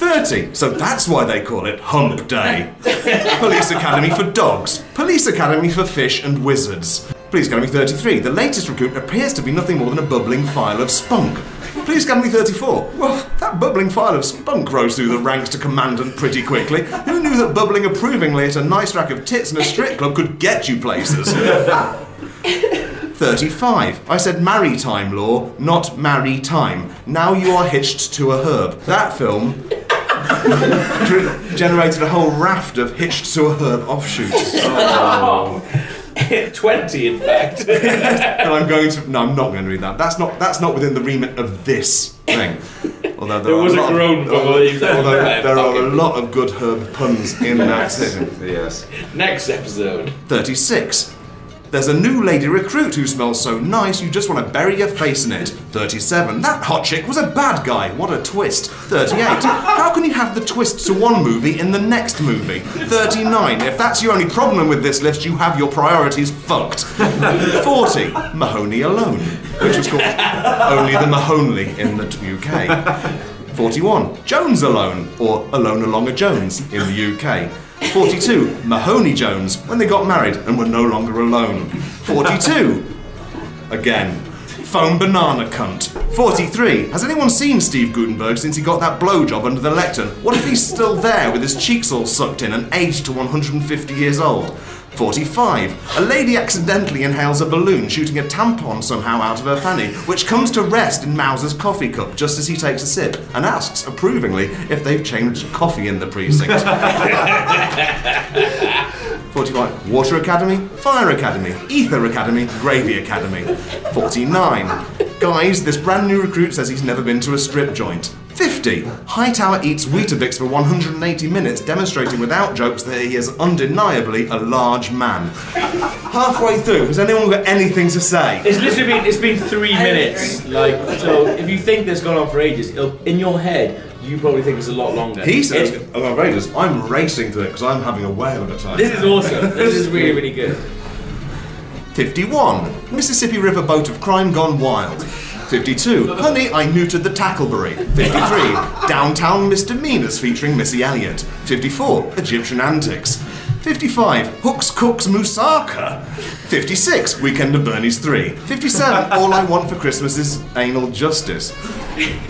[SPEAKER 2] 30. So that's why they call it Hump Day. Police Academy for dogs. Police Academy for fish and wizards. Police Academy 33. The latest recruit appears to be nothing more than a bubbling file of spunk. Police Academy 34. Well, that bubbling file of spunk rose through the ranks to commandant pretty quickly. Who knew that bubbling approvingly at a nice rack of tits in a strip club could get you places? 35. I said maritime law, not marry time. Now you are hitched to a herb. That film generated a whole raft of hitched to a herb offshoots.
[SPEAKER 19] Oh.
[SPEAKER 2] 20 in fact. but I'm going to no, I'm not going to read that. That's not that's not within the remit of this thing. Although there,
[SPEAKER 19] There
[SPEAKER 2] are
[SPEAKER 19] was a
[SPEAKER 2] lot
[SPEAKER 19] groan
[SPEAKER 2] of,
[SPEAKER 19] from Louise.
[SPEAKER 2] although there are a lot of good herb puns in that season. Yes.
[SPEAKER 19] Next episode.
[SPEAKER 2] 36. There's a new lady recruit who smells so nice you just want to bury your face in it. 37. That hot chick was a bad guy. What a twist. 38. How can you have the twist to one movie in the next movie? 39. If that's your only problem with this list, you have your priorities fucked. 40. Mahoney Alone, which was called Only the Mahoney in the t- UK. 41. Jones Alone, or Alone Along a Jones in the UK. 42. Mahoney Jones, when they got married and were no longer alone. 42. Again. Phone banana cunt. 43. Has anyone seen Steve Gutenberg since he got that blowjob under the lectern? What if he's still there with his cheeks all sucked in and aged to 150 years old? 45. A lady accidentally inhales a balloon, shooting a tampon somehow out of her fanny, which comes to rest in Mauser's coffee cup just as he takes a sip and asks approvingly if they've changed coffee in the precinct. 45. Water Academy, Fire Academy, Ether Academy, Gravy Academy. 49. Guys, this brand new recruit says he's never been to a strip joint. 50. Hightower eats Weetabix for 180 minutes, demonstrating without jokes that he is undeniably a large man. Halfway through, has anyone got anything to say?
[SPEAKER 19] It's literally been it's been three minutes. Like so, if you think this has gone on for ages, it'll, in your head you probably think it's a lot longer.
[SPEAKER 2] He says,
[SPEAKER 19] It-
[SPEAKER 2] "Oh, I'm outrageous. I'm racing through it because I'm having a whale of a time.
[SPEAKER 19] This is awesome. This is really, really good.
[SPEAKER 2] 51. Mississippi River boat of crime gone wild. 52. Honey, I neutered the Tacklebury. 53. Downtown misdemeanors featuring Missy Elliott. 54. Egyptian antics. 55. Hooks Cooks Moussaka. 56. Weekend of Bernie's 3. 57. All I Want for Christmas is Anal Justice.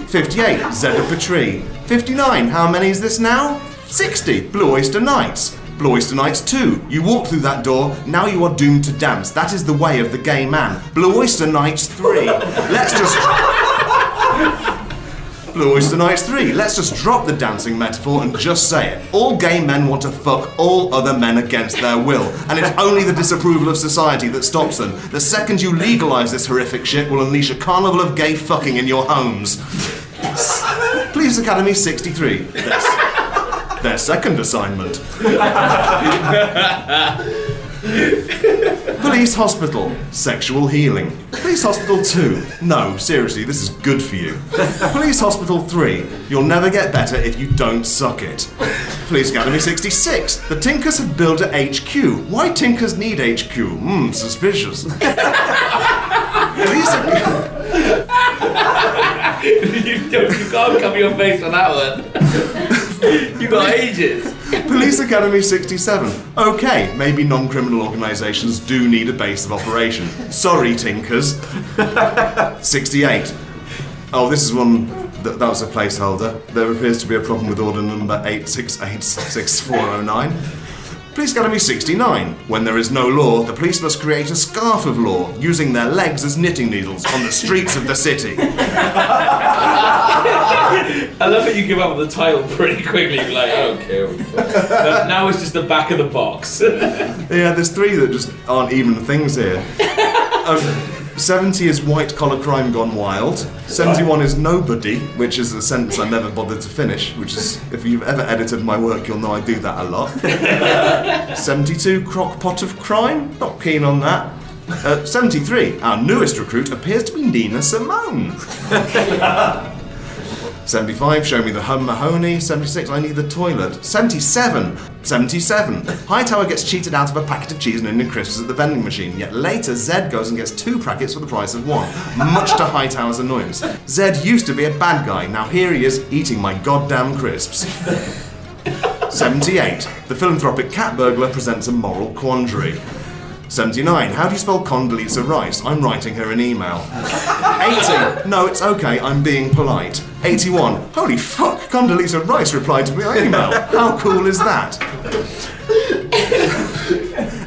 [SPEAKER 2] 58. Zed of a Tree. 59. How many is this now? 60. Blue Oyster Nights. Blue Oyster Nights 2. You walk through that door, now you are doomed to dance. That is the way of the gay man. Blue Oyster Nights 3. Let's just. Blue Oyster Nights 3. Let's just drop the dancing metaphor and just say it. All gay men want to fuck all other men against their will, and it's only the disapproval of society that stops them. The second you legalise this horrific shit will unleash a carnival of gay fucking in your homes. Police Academy 63. Their- Their second assignment. Police Hospital, sexual healing. Police Hospital 2, no, seriously, this is good for you. Police Hospital 3, you'll never get better if you don't suck it. Police Academy 66, the Tinkers have built a HQ. Why Tinkers need HQ? Hmm, suspicious. Police
[SPEAKER 3] you, don't- you can't cover your face on that one. you got ages.
[SPEAKER 2] Police Academy 67. Okay, maybe non criminal organisations do need a base of operation. Sorry, Tinkers. 68. Oh, this is one that, that was a placeholder. There appears to be a problem with order number 8686409. Police Academy 69. When there is no law, the police must create a scarf of law, using their legs as knitting needles on the streets of the city.
[SPEAKER 3] I love that you give up on the title pretty quickly. You're like, I don't care. But now it's just the back of the box.
[SPEAKER 2] Yeah, there's three that just aren't even things here. um, 70 is white collar crime gone wild. 71 is nobody, which is a sentence I never bothered to finish, which is, if you've ever edited my work, you'll know I do that a lot. 72, crock pot of crime. Not keen on that. Uh, 73, our newest recruit appears to be Nina Simone. 75, show me the hum Mahoney. 76, I need the toilet. 77, 77. Hightower gets cheated out of a packet of cheese and Indian crisps at the vending machine, yet later Zed goes and gets two packets for the price of one, much to Hightower's annoyance. Zed used to be a bad guy, now here he is eating my goddamn crisps. 78, the philanthropic cat burglar presents a moral quandary. 79, how do you spell Condoleezza Rice? I'm writing her an email. 80. No, it's okay. I'm being polite. 81. Holy fuck! Condoleezza Rice replied to my email. How cool is that?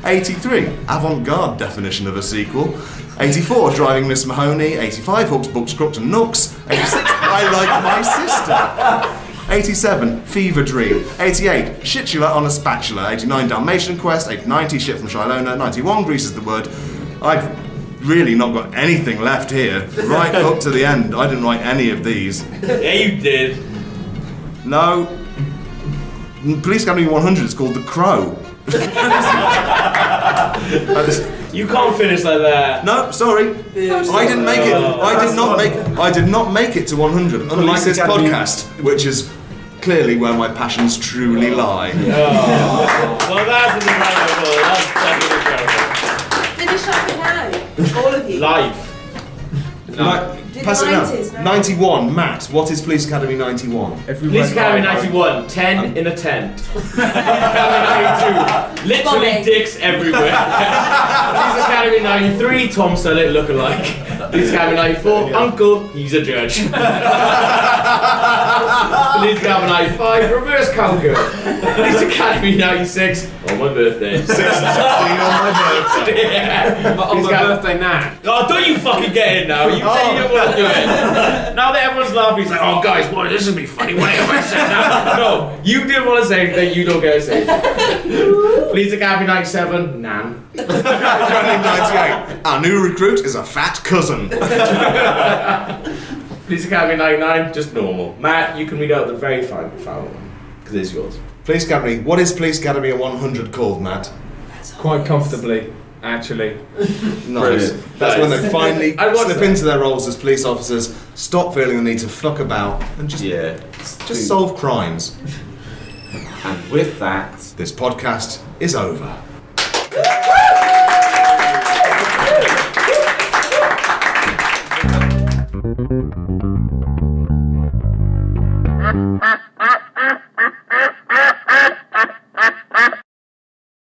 [SPEAKER 2] 83. Avant-garde definition of a sequel. 84. Driving Miss Mahoney. 85. Hooks, books, crooks, and nooks. 86. I like my sister. 87, Fever Dream. 88, Shitula on a Spatula. 89, Dalmatian Quest. 8, 90, Shit from Shilona. 91, Grease is the Word. I've really not got anything left here. Right up to the end, I didn't write any of these.
[SPEAKER 3] yeah, you did.
[SPEAKER 2] No. Police Academy 100 is called The Crow.
[SPEAKER 3] You can't finish like that.
[SPEAKER 2] No, sorry. I didn't make it. I did not make. I did not make it to 100. Unlike
[SPEAKER 3] Oh. Police
[SPEAKER 2] this
[SPEAKER 3] Academy-
[SPEAKER 2] podcast, which is clearly where my passions truly lie.
[SPEAKER 3] Well, that's incredible. That's fucking incredible.
[SPEAKER 5] Finish up it now. All of you.
[SPEAKER 2] Live.
[SPEAKER 5] Did
[SPEAKER 2] pass it
[SPEAKER 5] nineties,
[SPEAKER 2] down.
[SPEAKER 5] no?
[SPEAKER 2] 91. Matt, what is Police Academy 91?
[SPEAKER 3] Police Academy 91, 10 in a tent. Police Academy 92, literally
[SPEAKER 5] Bombing.
[SPEAKER 3] dicks everywhere. Police Academy 93, Tom Selleck lookalike. Police Academy 94, Uncle, he's a judge. Police Academy 95, reverse conquer. Police Academy 96, on my birthday. 16 on
[SPEAKER 2] my
[SPEAKER 3] birthday. yeah.
[SPEAKER 1] on
[SPEAKER 3] Police
[SPEAKER 1] my
[SPEAKER 3] Academy-
[SPEAKER 1] birthday now.
[SPEAKER 3] Oh, don't you fucking get in now. You say you don't want to do it. Now that everyone's laughing, he's like, oh, guys, boy, this is going to be funny. What have I said now? No, you didn't want to say anything. You don't get to say anything. Please, Academy 97, Nan.
[SPEAKER 2] Academy 98. Our new recruit is a fat cousin.
[SPEAKER 3] Police Academy 99, just normal. Matt, you can read out the very final, final one, because it's yours.
[SPEAKER 2] Police Academy. What is Police Academy 100 called, Matt?
[SPEAKER 1] Quite comfortably, actually.
[SPEAKER 2] Nice.
[SPEAKER 1] Brilliant.
[SPEAKER 2] That's when they
[SPEAKER 1] Nice.
[SPEAKER 2] finally
[SPEAKER 1] I watched
[SPEAKER 2] slip
[SPEAKER 1] that.
[SPEAKER 2] into their roles as police officers, stop feeling the need to fuck about, and just just solve crimes. And with that, this podcast is over.